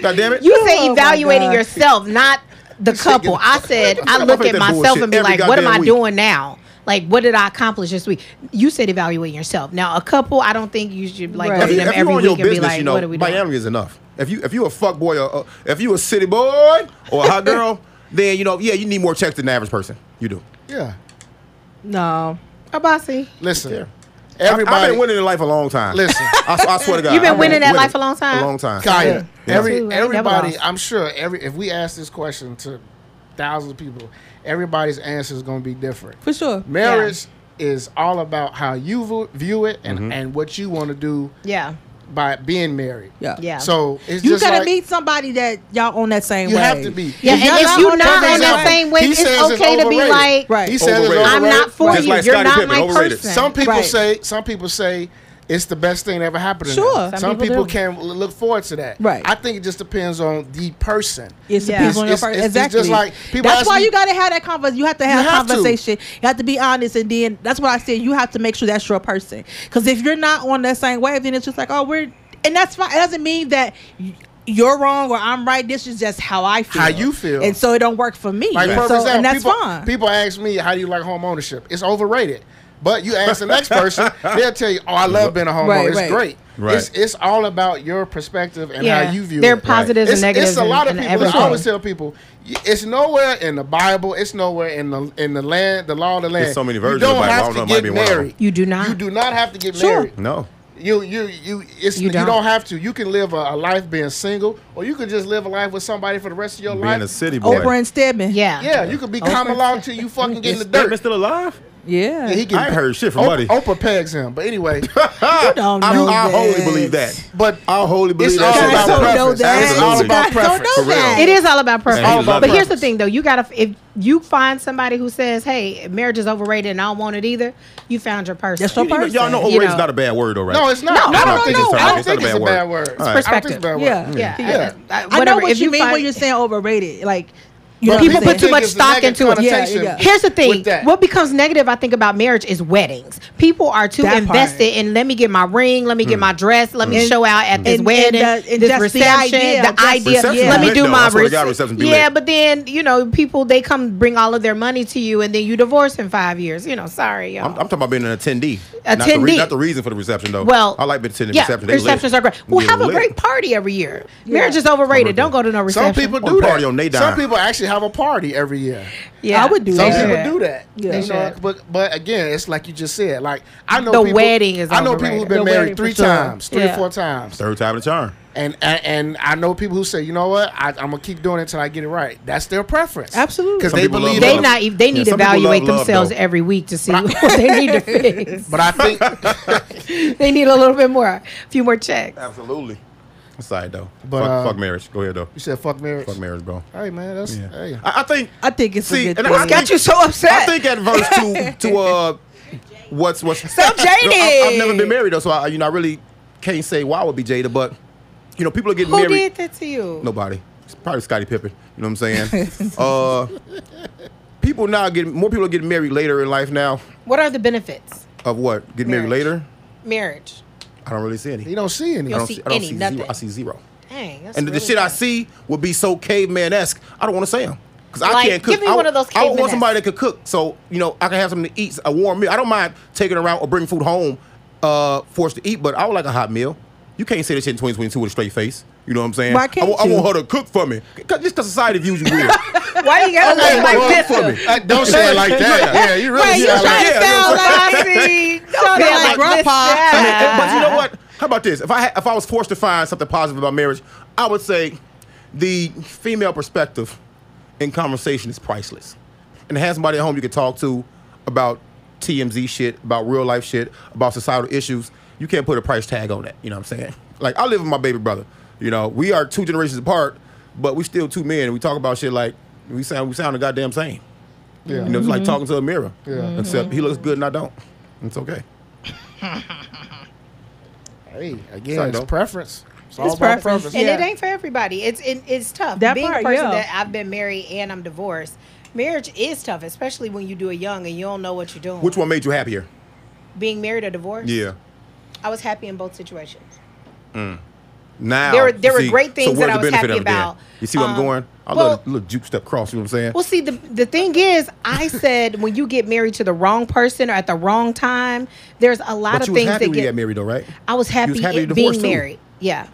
C: God damn it.
E: You say
D: Oh my
E: evaluating
D: God.
E: yourself, not the couple. I said I look at
C: That bullshit
E: myself and be
C: every
E: like, what am
C: goddamn
E: I
C: week.
E: doing now? Like, what did I accomplish this week? You said evaluating yourself. Now, a couple, I don't think you should like
D: Right.
E: go
C: if
E: to
C: you,
E: them
C: if you
E: every
C: on
E: week
C: your
E: and be
C: business,
E: like,
C: you know,
E: what are we doing?
C: Miami is enough. If you if you a fuck boy or uh, if you a city boy or a hot girl, then you know, yeah, you need more checks than the average person. You do.
B: yeah.
D: no.
E: Abasi,
B: Listen,
C: Everybody, I've
B: everybody.
C: been winning in life a long time.
B: Listen.
C: I, s- I swear to God,
E: You've been
C: I've
E: winning at life a long time?
C: A long time.
B: Kaya,
C: Yeah.
B: every
E: Too, I ain't never
B: everybody,
E: lost.
B: I'm sure every if we ask this question to thousands of people, everybody's answer is going to be different.
D: For sure.
B: Marriage is all about how you vo- view it and, and what you want to do
E: yeah,
B: by being married.
D: Yeah.
E: yeah,
B: So it's
D: You
B: just
D: gotta
B: like,
D: meet somebody that y'all on that same
B: You
D: way.
B: have to be.
E: yeah.
D: If
E: And
D: y'all
E: if you're
B: not
E: not
B: on that
E: on that same
B: he
E: wave, it's
B: says it's
E: okay to be
B: overrated.
E: like,
D: Right.
B: He says it's
C: Overrated.
E: I'm
B: overrated.
E: not for
C: Just
E: you.
C: like
E: You're
C: Scottie
E: not
C: Pippen,
E: my
C: overrated.
E: person.
B: Some people
D: Right.
B: say some people say it's the best thing that ever happened. To
D: Sure.
B: them.
D: Some
B: Some,
E: people
B: people,
E: do.
B: can l- look forward to that.
D: Right.
B: I think it just depends on the person.
D: It's
E: Yeah.
D: the people on your
B: It's-
D: first.
B: it's- it's
D: Exactly.
B: just like people
D: that's
B: ask
D: why
B: me-
D: you gotta have that conversation. You have to
B: You
D: have a
B: have to.
D: conversation. You have to be honest, and then that's what I said. You have to make sure that's your person. Because if you're not on that same wave, then it's just like, oh, we're, and that's fine. It doesn't mean that. y- You're wrong or I'm right. This is just how I feel.
B: How you feel.
D: and so it don't work for me.
B: Like for
D: so,
B: example,
D: and that's
B: people,
D: fine.
B: people ask me, "How do you like home ownership?" It's overrated. But you ask the next person, they'll tell you, "Oh, I love being a homeowner.
D: Right,
B: it's
D: right.
B: great.
C: Right.
B: It's, it's all about your perspective and
E: yeah,
B: how you view
E: they're
B: it."
E: positives
B: It's,
E: and negatives.
B: it's a lot of
E: in- in
B: people. I
E: everything.
B: always tell people, y- it's nowhere in the Bible. It's nowhere in the in the land, the law of the land.
C: There's so many
B: You
C: versions of
B: don't
C: the Bible. I
B: have
C: don't
B: to
C: know. It might
B: get
C: be one of them.
B: married.
E: You do not.
B: You do not have to get
D: Sure.
B: married.
C: No.
B: You you you it's
E: You
B: you don't.
E: don't.
B: have to. You can live a, a life being single, or you can just live a life with somebody for the rest of your
C: Being
B: life.
C: a city boy.
D: Oprah and Stedman.
E: yeah,
B: Yeah, you could be common law till you fucking get in the dirt.
C: still alive?
D: Yeah.
B: Yeah, he
C: I ain't heard shit from Buddy.
B: Oprah, Oprah pegs him, but anyway.
C: I,
D: don't
C: I,
D: know
C: wholly
D: that.
C: believe that.
B: But uh,
C: I wholly believe
B: It's
C: that.
B: all
C: shit.
B: about
D: Guys don't know
B: preference.
D: that.
B: It's all
C: Absolutely.
B: about
D: Guys don't
B: preference.
D: know
C: For real.
D: that.
E: It is all about preference.
C: all about
E: but here's the
B: preference.
E: thing, though. You gotta if you find somebody who says, "Hey, marriage is overrated and I don't want it either," you found your person.
D: That's your
C: You know, Y'all know
E: You
C: overrated is
E: know.
C: not a bad word, though, right?
B: No, it's not.
E: No,
B: I
E: no,
B: don't
E: no,
B: think
E: no.
B: it's I
C: It's
B: don't
C: not
B: think
C: a
B: it's a
C: bad
B: bad
C: word.
B: word.
C: All right.
B: I don't think it's a bad word. Mm.
D: Yeah.
E: Yeah,
B: Yeah.
E: I, I-
D: I know
E: whatever.
D: what
E: If
D: you mean
E: find-
D: when you're saying overrated. Like, you
B: But
D: know,
E: people
B: people
E: put too
B: think
E: much
B: it's a
E: stock
B: negative
E: into it.
D: Yeah,
B: connotation
D: yeah.
E: Here's the thing.
B: with that.
E: What becomes negative, I think, about marriage is weddings. People are too
D: That part.
E: invested in let me get my ring, let me
C: Mm.
E: get my dress, let me show out at this
D: And-
E: wedding,
D: and the- and
E: this
D: just the
E: reception, the
D: idea,
E: idea.
D: just- Reception's
E: Let me
C: lit,
E: do
C: though.
E: my
C: I swear to God,
E: rece-
C: reception be
E: Yeah,
C: lit.
E: but then you know, people they come bring all of their money to you, and then you divorce in five years. You know, sorry, y'all.
C: I'm, I'm talking about being an attendee. Not the, re-
E: Attendee.
C: not the reason for the reception, though.
E: well,
C: I like the attendee
E: yeah,
C: reception. They lit.
E: Receptions are great. Well,
C: They
E: have a
C: lit.
E: great party every year. Marriage is overrated. Don't go to no
B: Some
E: reception.
B: people
C: Or
B: do
C: party
B: that.
C: on they dime.
B: Some people actually have a party every year.
E: yeah,
D: I would do
B: Some
D: that.
E: Yeah.
B: people do that.
D: Yeah.
B: You know,
E: should.
B: but but again, it's like you just said. Like I know
E: The
B: people,
E: wedding is
B: I know people
E: overrated.
B: who've been
E: The wedding
B: married
E: for
B: three
E: sure.
B: times, three
E: Yeah.
B: or four times,
C: Third time in the charm.
B: and, and and I know people who say, you know what, I, I'm gonna keep doing it until I get it right. That's their preference.
D: Absolutely.
B: Because
C: Some
B: they
C: people love
B: believe
E: they
C: love.
E: not. ev- They
C: Yeah,
E: need to
C: some people love
E: evaluate
C: love,
E: themselves
C: though.
E: every week to see what they need to fix.
B: But I think
E: They need a little bit more, a few more checks.
C: Absolutely. Aside, though.
B: But,
C: fuck,
B: uh,
C: fuck marriage. Go ahead, though.
B: you said fuck marriage.
C: Fuck marriage, bro.
B: Hey man, that's
C: Yeah.
B: hey.
C: I, I think.
D: I think it's a
C: See,
D: good
C: and I-
D: thing.
C: I think-
E: Got you so upset.
C: I think at verse two to uh, what's what's so
E: jaded.
C: I, have never been married though, so I you know I really can't say why I would be jaded, but you know people are getting
E: Who
C: married.
E: did that to you?
C: Nobody. probably Scottie Pippen. You know what I'm saying? uh, people now get more people are getting married later in life now.
E: What are the benefits?
C: Of what? Getting married
E: Marriage.
C: later?
E: Marriage.
C: I don't really see any.
B: You don't see any.
C: I
E: You'll
C: don't
E: see
C: I don't
E: any,
C: see
E: nothing.
C: Zero. I see zero.
E: Dang. That's
C: and the-
E: really
C: the shit I see would be so caveman esque. I don't want to say them because
E: Like,
C: I can't cook.
E: give me
C: I,
E: one of those
C: I want
E: caveman-esque.
C: somebody that could cook, so you know I can have something to eat, a warm meal. I don't mind taking around or bringing food home, uh, for us to eat, but I would like a hot meal. You can't say this shit in 2022 with a straight face. You know what I'm saying?
D: Why
C: I
D: can't
C: wa- I
D: you?
C: want her to cook for me. 'Cause- just because society views you weird.
E: Why you
C: I
E: gotta look
C: want her to
E: like
C: cook for
E: this?
C: me.
B: Uh, don't say it like that. Yeah, you really
E: Wait, you
B: sound like-
E: trying
C: Yeah,
E: to sound
C: that's
E: like Don't
D: Sound
E: sound
D: like
E: like this.
D: grandpa.
E: Yeah.
C: I mean, eh, but you know what? How about this? If I had, if I was forced to find something positive about marriage, I would say the female perspective in conversation is priceless. And have somebody at home you can talk to about TMZ shit, about real life shit, about societal issues. You can't put a price tag on that. You know what I'm saying? Like I live with my baby brother. You know, we are two generations apart, but we still two men. And we talk about shit like we sound we sound the goddamn same.
B: Yeah.
C: You know, it's like talking to a mirror.
B: Yeah.
C: Except he looks good and I don't. It's okay.
B: Hey, again,
C: Sorry,
B: it's
C: though.
B: preference. It's all
D: It's
B: about
D: preference.
B: preference.
E: And it
D: Yeah.
E: ain't for everybody. It's it, it's tough.
D: That
E: Being
D: part,
E: a person
D: yeah.
E: that I've been married and I'm divorced, marriage is tough, especially when you do it young and you don't know what you're doing.
C: Which one made you happier?
E: Being married or divorced?
C: Yeah.
E: I was happy in both situations.
C: Now
E: There were- there were
C: see,
E: great things
C: where's
E: that I
C: the
E: was
C: benefit
E: happy
C: of it then?
E: about.
C: You see where I'm
E: Um,
C: going? I
E: well-
C: love a little juke step cross. You know what I'm saying?
E: Well, see, the the thing is, I said when you get married to the wrong person or at the wrong time, there's a lot
C: but
E: of
C: you was
E: things
C: happy
E: that
C: when you
E: get.
C: got married, though, right?
E: I was happy,
C: You was happy
E: it
C: you're
E: being
C: divorced, too.
E: married. Yeah.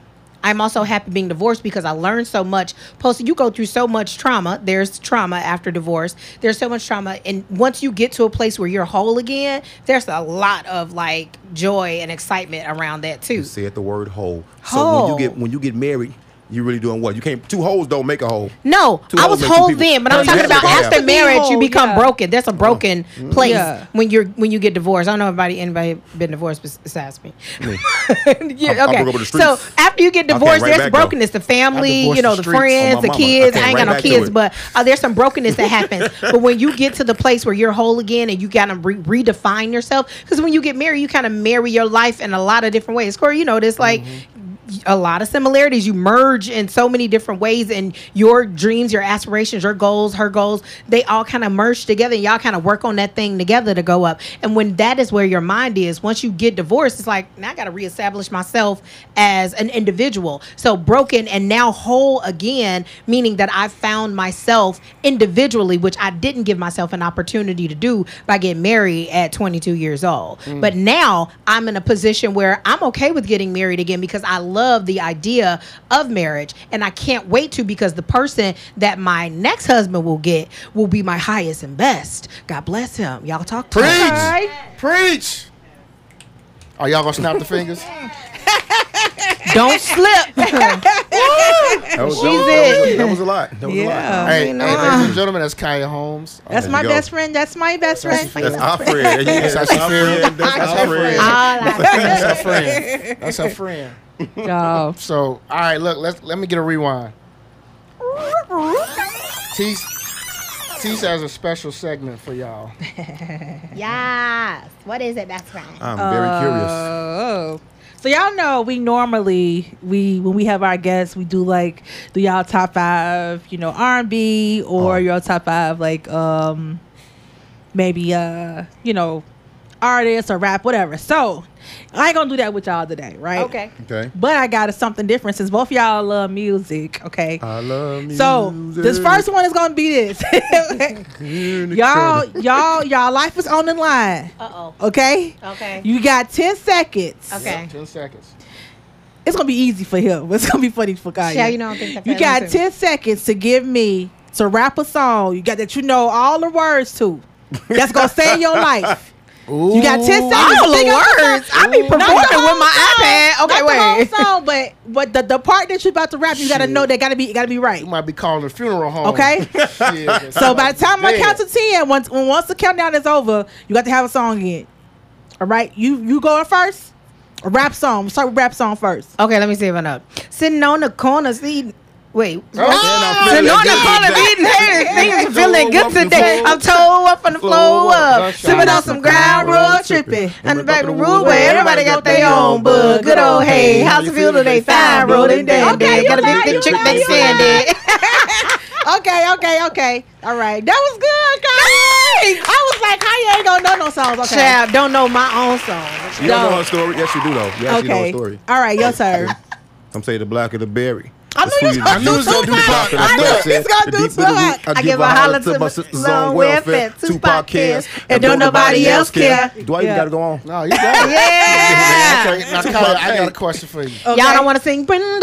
E: I'm also happy being divorced because I learned so much. Plus, you go through so much trauma. There's trauma after divorce. There's so much trauma. And once you get to a place where you're whole again, there's a lot of like joy and excitement around that too.
C: You said the word whole. So
E: Whole.
C: when you get when you get married, you really doing what? You can't. Two holes don't make a hole.
E: No,
C: Two
E: I
C: whole
E: was
C: make two
E: whole
C: people.
E: then, but
C: No,
E: I'm
C: you
E: talking
C: have to
E: about
C: be whole.
E: after
D: Have to be
E: marriage, you
D: whole,
E: become
D: yeah.
E: broken. There's a broken
C: Mm.
E: place
D: Yeah.
E: when you're when you get divorced. I don't know if anybody anybody been divorced bes- besides me.
C: I- I
E: yeah,
C: broke up
E: okay.
C: with the
E: So
C: streets.
E: after you get
C: I came
E: divorced,
C: right
E: there's
C: back, though.
E: brokenness. The
B: I
E: family,
B: divorced
E: you know,
B: the
E: the
B: streets.
E: friends,
C: Oh, my
E: the
C: mama. I
E: kids.
C: came
E: I ain't
C: right
E: got no
C: back to
E: kids,
C: it.
E: but uh, there's some brokenness that happens. but when you get to the place where you're whole again and you got to re- redefine yourself, because when you get married, you kind of marry your life in a lot of different ways. Corey, you know this, like
C: Mm-hmm.
E: a lot of similarities. You merge in so many different ways, and your dreams, your aspirations, your goals, her goals, they all kind of merge together. And y'all kind of work on that thing together to go up. And when that is where your mind is, once you get divorced, it's like now I got to reestablish myself as an individual. So broken and now whole again, meaning that I found myself individually, which I didn't give myself an opportunity to do by getting married at 22 years old. But now I'm in a position where I'm okay with getting married again because I love the idea of marriage and I can't wait to because the person that my next husband will get will be my highest and best. God bless him. Y'all talk to him.
B: Preach! Preach! Are y'all gonna snap the fingers?
E: Don't slip.
C: That was,
E: She's
C: that was,
E: it.
C: that was a lot. That was
D: Yeah.
C: a lot.
B: hey,
E: mean,
B: hey,
E: uh-uh.
B: ladies and gentlemen, that's Kaya Holmes.
D: That's
C: There
D: my
C: you go.
D: best friend. That's my best friend.
C: That's our friend. That's
B: That's
C: our
B: our friend.
C: friend. That's our friend.
E: All I
B: That's our friend. That's our friend.
D: Oh.
B: So, all right, look, let's let me get a rewind. T T has a special segment for y'all.
E: Yes. What is it? That's right.
C: I'm very curious.
D: Oh. So y'all know we normally we when we have our guests we do like do y'all top five you know R and B or
C: Oh.
D: your top five like um maybe uh you know artists or rap whatever. So I ain't gonna do that with y'all today, right?
E: Okay.
C: Okay.
D: But I got something different since both y'all love music. Okay.
C: I love Uh, music.
D: so this first one is gonna be this. y'all, y'all, y'all life is on the line.
E: Uh oh.
D: Okay.
E: Okay.
D: You got 10 seconds.
E: Okay.
B: Yep, Ten seconds.
D: It's going to be easy for him. It's going to be funny for Kanye.
E: Yeah, you know, I don't think that
D: You
E: fast
D: got
E: into me.
D: 10 seconds to give me to rap a song. You got that you know all the words to. That's going to save your life. You got 10 seconds.
E: All
D: to
E: the
D: think of the
E: words.
D: song.
E: I be
D: Not the
E: performing
D: whole
E: with my
D: song.
E: iPad. Okay,
D: Not
E: wait.
D: The whole song, but but the, the part that you're about to rap, you got to
B: Shit.
D: know that got to be it got to be right.
E: Oh
B: You might be calling a funeral home.
D: Okay.
B: Shit,
D: So by the time I
B: dead.
D: count to ten, once when once the countdown is over, you got to have a song in. All right, you you going first? A rap song. Start with rap song first.
E: Okay, let me see if I know. Sitting on the corner, see. Wait.
C: Ah,
E: Sonora
C: feeling good
E: Cola
C: today.
E: beating her. Things are feeling
C: Toe up
E: good
C: and
E: today.
C: flow.
E: I'm toe up on the flow
C: Flow up. Sunshine
E: up. Sipping on
C: up
E: some
C: and down,
E: ground road
C: road tripping.
E: tripping. On the
C: Up
E: back of
C: in
E: the
C: the
E: room
C: woods
E: where everybody got their own bug. Good old hey. How's it feel today? Fine. Rolling down
D: Okay,
E: there.
D: you
E: Gotta
D: lied,
E: be
D: you
E: the trick
D: lied,
E: they
D: you
E: said
D: Okay, okay, okay. All right. That was good, guys. I was like, how you ain't gonna know no songs? Okay.
E: Child, don't know my own song.
C: You don't
D: No.
C: know her story? Yes, you do though. Yes, you know her
D: okay.
C: story.
D: All right, your turn.
C: I'm saying the black of the berry.
D: I
C: The
D: knew you was
C: sweet
D: gonna
C: and
D: do
C: juicy
D: Tupac.
C: of the chocolate
D: I knew
C: blossom.
D: you was gonna
C: The
D: do
C: deep of the root,
D: Tupac.
E: I give a holler to my
C: sister's
E: zone
C: own
E: welfare. Tupac
C: Tupac cares,
E: cares, and don't nobody else care.
C: Do I even
D: Yeah.
C: gotta go on?
B: No, you got it.
E: Yeah.
B: Okay, now, Kyle, I got a question for you.
D: Okay.
E: Y'all don't want to sing Brenda.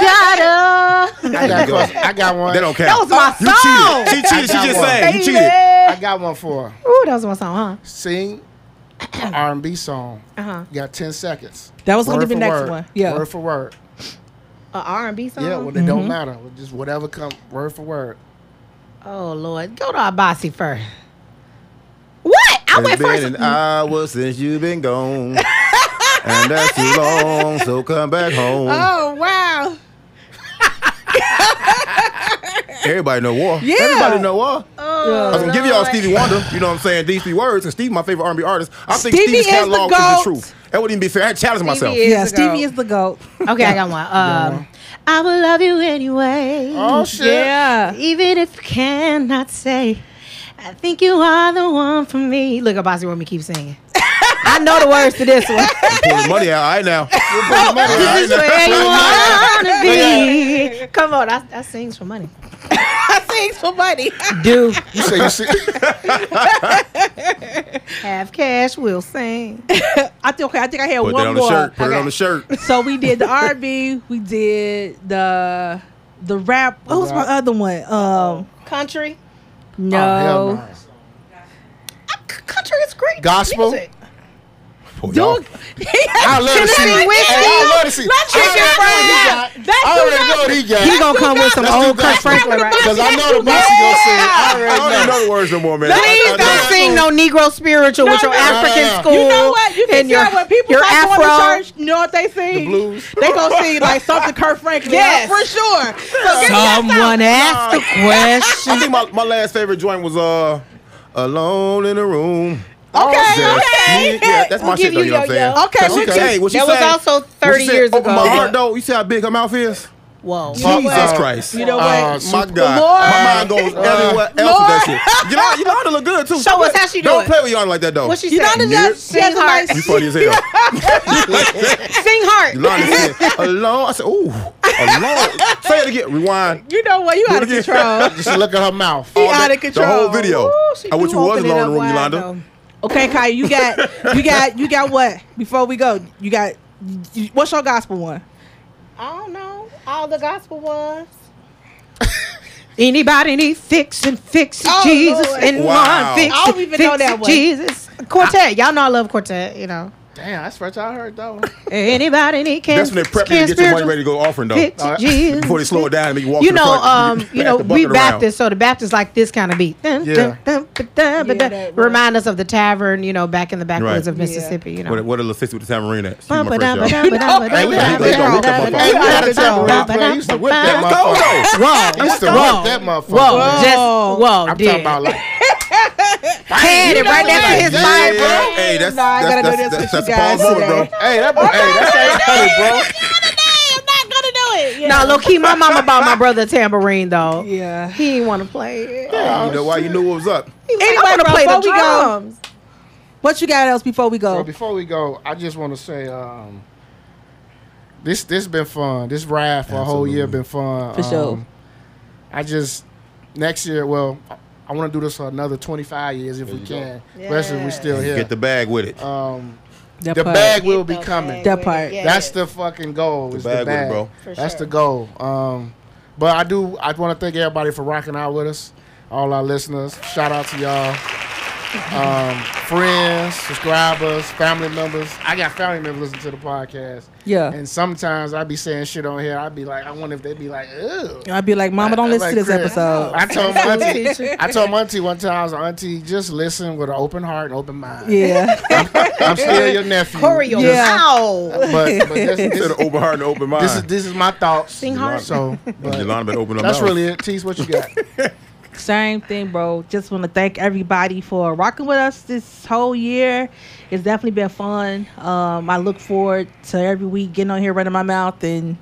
E: Gotta.
B: I got, a
C: Go.
B: question. I got one.
C: They don't care.
E: That was my
C: You
E: song.
C: cheated. She cheated. She
B: I
C: just
B: got
C: sang. You
E: Baby.
C: cheated.
B: I got one for her.
E: Ooh, that was my song,
B: Sing an R&B song.
E: huh? Uh-huh.
B: You got 10 seconds.
D: That was gonna
B: Word
D: be the
B: for
D: next
B: word.
D: one. Yeah. Mm-hmm.
B: Word for word.
E: A R&B song?
B: Yeah, well, it don't matter. Just whatever comes, word for word.
E: Oh, Lord. Go to Abasi first. What? I
C: It's
E: went
C: been
E: first. Mm.
C: an hour since you've been gone. And that's too long, so come back home.
D: Oh wow.
C: Everybody know war.
D: Yeah.
C: Everybody know war. I was
E: Oh,
C: gonna give y'all Stevie Wonder. You know what I'm saying? These three words. And Steve, my favorite R&B artist. I think
D: Stevie is
C: Stevie's
D: the
C: catalog is
D: goat.
C: the truth. That wouldn't even be fair. I had to challenge myself.
E: is-
D: Yeah,
E: Years ago.
D: Stevie is the goat.
E: Okay, I got one. Um, I will love you anyway.
B: Oh, shit.
D: Yeah.
E: Even if you cannot say, I think you are the one for me. Look, Abasi want me to keep singing. I know the words to this one.
C: Pull the money out. All right now.
B: Put the money-
E: This is where you wanna be. Come on, I, I sings for money.
D: I sing for money.
E: Do
B: You say you Oh, see.
E: have cash, we'll sing.
D: I think okay, I think I had
C: Put
D: one
C: that on
D: more.
C: the shirt. Put it
E: Okay.
C: on the shirt.
D: So we did the R B, we did the the rap. What was my
B: rap.
D: other one? Um
E: Country,
D: no.
B: Oh, hell no.
E: C- country is great.
B: Gospel?
E: music.
C: Boy, y'all-
B: I love to see.
E: Tennessee
B: Hey,
E: whiskey.
B: I love to see.
E: Let's
B: I already
E: check it
B: know what
E: right
B: he
E: now.
B: got. I already know what he got.
E: He gonna come with some
B: Let's do
E: old Kurt
B: gospel.
E: Franklin right
B: Because I know the boss is going to sing.
C: I
B: I already
C: don't even know the words no more, man. I- I-
E: Please
C: I-
E: don't
C: I-
E: sing no Negro spiritual with your
D: no, no,
B: no.
E: African
B: You
E: school.
D: You know what? You can
E: and
D: tell
E: your,
D: when people
E: your
D: start going
E: Afro.
D: to church, you know what they sing?
B: blues.
D: They gonna sing like something Kurt Franklin.
E: Yes.
D: for sure. So give me that
E: Someone asked a question.
C: I think my, my last favorite joint was uh Alone in the Room.
D: Okay,
C: Just
D: okay.
C: me. Yeah, that's my
E: We'll
C: shit
E: give
C: though,
E: you
C: you know what I'm
E: yo,
C: saying?
E: yo.
D: Okay,
C: Cause she
D: we'll
C: said-
D: give-
C: hey, what she
E: that was
C: said-
E: also
C: what she
E: 30
C: said,
E: years
C: Open
E: ago.
C: my heart though. You see how big her mouth is?
E: Whoa.
C: Jesus
B: Uh,
C: Christ.
D: You know what?
B: Uh,
C: my
B: Super-
C: God.
D: Lord.
C: My mind goes everywhere else with that shit. You know, you know how to look good too.
E: Show us how she do
C: Don't
E: it.
C: play with y'all like that though.
E: What she
D: You know
E: said?
D: the judge she has
E: Sing
D: a
E: heart.
D: nice
C: you funny as hell.
E: Sing heart.
C: Lonnie said, alone. I said, ooh, alone. Say it again. Rewind.
D: You know what? You out of
C: Do it again.
D: control.
B: Just look at her mouth.
D: She out of
C: The
D: control.
C: whole video.
E: Ooh, she
C: I wish
E: do
C: you was
E: open
C: alone in
E: it up
C: the room,
E: wide,
C: Yolanda.
E: though.
D: Okay, Kai, you got you got you got what? Before we go, you got you, what's your gospel one?
E: I don't know. All the gospel ones. Anybody need fixing, fixing
D: Oh,
E: Jesus
D: Lord.
E: and
C: Wow.
E: one fix
D: I don't
E: it,
D: even know
E: fix
D: that
E: it,
D: one.
E: Jesus quartet. Y'all know I love quartet. You know.
B: Damn, that's first I heard that one.
E: Anybody need can,
C: That's when they prep you
E: can
C: to get your money
E: spiritual
C: ready to go offering though.
E: fix it, Jesus.
C: Before they slow it down and make you walk
E: You
C: to the
E: know,
C: front.
E: um, you know,
C: Have to buck
E: we
C: it around.
E: Baptists, so the Baptists like this kind of beat. Dun,
B: Yeah.
E: dun, dun, ba- dun, ba-
D: Yeah,
E: dun.
D: that-
E: Remind us of the tavern, you know, back in the backwoods
C: Right.
E: of
D: Yeah.
E: Mississippi. You know,
C: What, what a little sissy with the tamarind at? She's my
E: Bum, ba-
C: friend,
E: dum,
C: y'all.
E: ba- dum, ba- dum, ba-
B: Hey,
E: dum,
B: we
E: ba-
B: had-
E: dum,
B: we had-
E: ba-
B: we
C: had-
E: dum, ba-
C: Hey,
E: dum,
C: we had
E: ba-
C: a
E: dum,
B: temporary
E: ba- dum,
B: place to whip
E: ba-
B: that
E: dum.
C: Let's go though.
B: I used to whip
E: Whoa.
B: that motherfucker.
E: Whoa, just
D: Whoa.
E: whoa,
B: I'm
E: dead.
B: talking about like,
E: Had it right there for his
B: Yeah.
E: mind, bro.
C: Hey, that's
D: Nah, I
C: that's
D: gotta do
C: that's,
D: this with
C: that's, that's
D: you
C: a pause
D: guys
C: moment, bro.
D: today.
B: hey, that, hey, that's ain't funny, bro.
D: I'm not gonna do it.
E: No, low key, my mama bought my brother a tambourine though.
D: Yeah.
E: He didn't want to play it.
C: you know why you knew what was up.
E: He was
D: Anyway,
E: like, I want to
D: bro,
E: play the
D: before we go-
E: drums.
D: What you got else before we
B: Well,
D: go?
B: before we go, I just want to say, um, this this been fun. This ride for a whole year
C: Absolutely.
B: been fun.
D: For sure.
B: Um, I just next year. Well, I- I want to do this for another twenty five years if we can, especially if we still here.
C: Get the bag with it.
B: um,
D: That
B: the
D: part.
B: bag will be coming.
D: That part.
E: Yeah,
B: That's
E: yeah.
B: the fucking goal. is The
C: bag with
B: bag,
C: it, bro.
E: For
B: That's the
E: sure.
B: goal. Um, but I do. I want to thank everybody for rocking out with us. All our listeners. Shout out to y'all. um, friends, subscribers, family members. I got family members listen to the podcast.
D: Yeah.
B: And sometimes I be saying shit on here. I'd be like, I wonder if they'd be like, ew.
D: I'd be like, Mama, don't
B: I- I
D: listen to
B: like
D: this
B: Chris.
D: episode.
B: I told my auntie, I told my auntie one time, I was like, auntie, just listen with an open heart and open mind.
D: yeah.
B: I'm still your nephew.
E: Corey, your
D: Yeah.
E: mouth.
B: But, but this,
C: Instead
B: this,
C: of open heart and open mind.
B: this is this is my thoughts.
E: Sing hard.
B: So, but
C: Jelana been open her
B: that's
C: mouth.
B: really it. Tease what you got.
D: Same thing, bro. Just want to thank everybody for rocking with us this whole year. It's definitely been fun. Um, I look forward to every week getting on here running my mouth and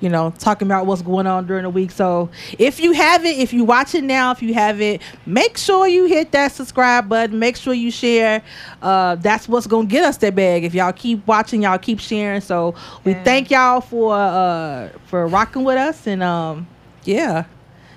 D: you know talking about what's going on during the week. So if you haven't, if you watch it now, if you haven't, make sure you hit that subscribe button. Make sure you share. Uh, that's what's gonna get us that bag. If y'all keep watching, y'all keep sharing. So we
A: Yeah.
D: thank y'all for uh, for rocking with us and um, yeah.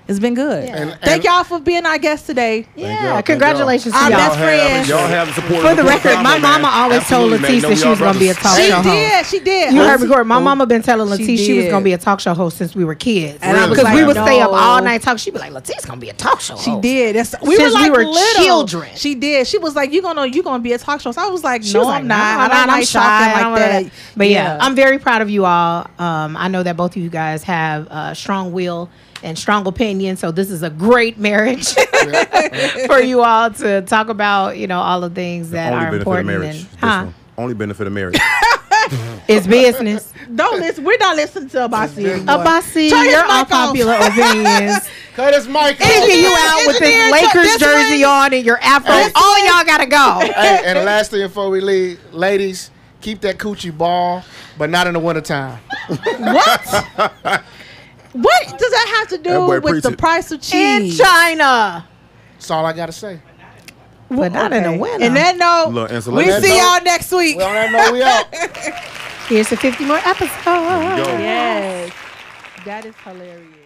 D: It's been good.
A: Yeah.
B: And-
D: Thank
B: and-
D: y'all for being our guest today.
C: Thank y'all,
E: Yeah,
C: thank
E: congratulations
D: y'all.
E: to
D: Our
E: y'all.
D: best friend.
C: Y'all have the support.
E: For the record, my mama always told Leticia she was gonna be a talk
D: She
E: show host.
D: did. She did.
E: You
D: I
E: heard
D: was-
E: me, Corey. My mama been telling
D: She
E: Leticia she, was
D: did.
E: gonna be a talk show host since we were kids.
D: And I was
E: because we
D: like,
E: would stay up
D: no.
E: all night talking. She'd be like, Leticia's gonna be a talk show
D: She
E: host.
D: did. That's we
E: Since
D: were
E: we
D: like
E: were
D: little.
E: children.
D: She did. She was like, "You gonna you gonna be a talk show?" So I was like,
E: She
D: "No,
E: was like,
D: I'm not. I don't
E: I'm
D: like
E: shy. I
D: talking
E: don't
D: like that."
E: wanna- But yeah. I'm very proud of you all. Um, I know that both of you guys have uh, strong will and strong opinion, so this is a great marriage for you all to talk about. You know all the things that are important.
C: marriage.
E: and-
C: this
E: huh?
C: one. Only benefit of marriage.
E: It's business.
D: don't listen. We're not listening to Abasi. Uh,
B: What?
E: Abasi,
D: Turn his
E: your
D: mic off.
E: unpopular opinions.
B: Curtis Michael.
E: Kicking you
D: Engineer,
E: out with
D: engineer,
E: this
D: this
E: Lakers
D: lady-
E: jersey on and your afro.
B: Hey.
E: All y'all gotta go.
B: hey, and the last thing before we leave, ladies, keep that coochie ball, but not in the wintertime.
D: What? what does that have to
C: That
D: do
C: boy
D: with
C: preach
D: the
C: it.
D: price of
E: In
D: cheese?
E: China.
B: That's all I gotta say.
E: But not in the
D: Okay.
E: winter.
D: And that note,
C: Little insulation.
D: we
B: That
D: see
B: note-
D: y'all next week.
B: Well, I know we out.
E: Here's the 50 more episodes.
C: Yo.
D: Yes, that is hilarious.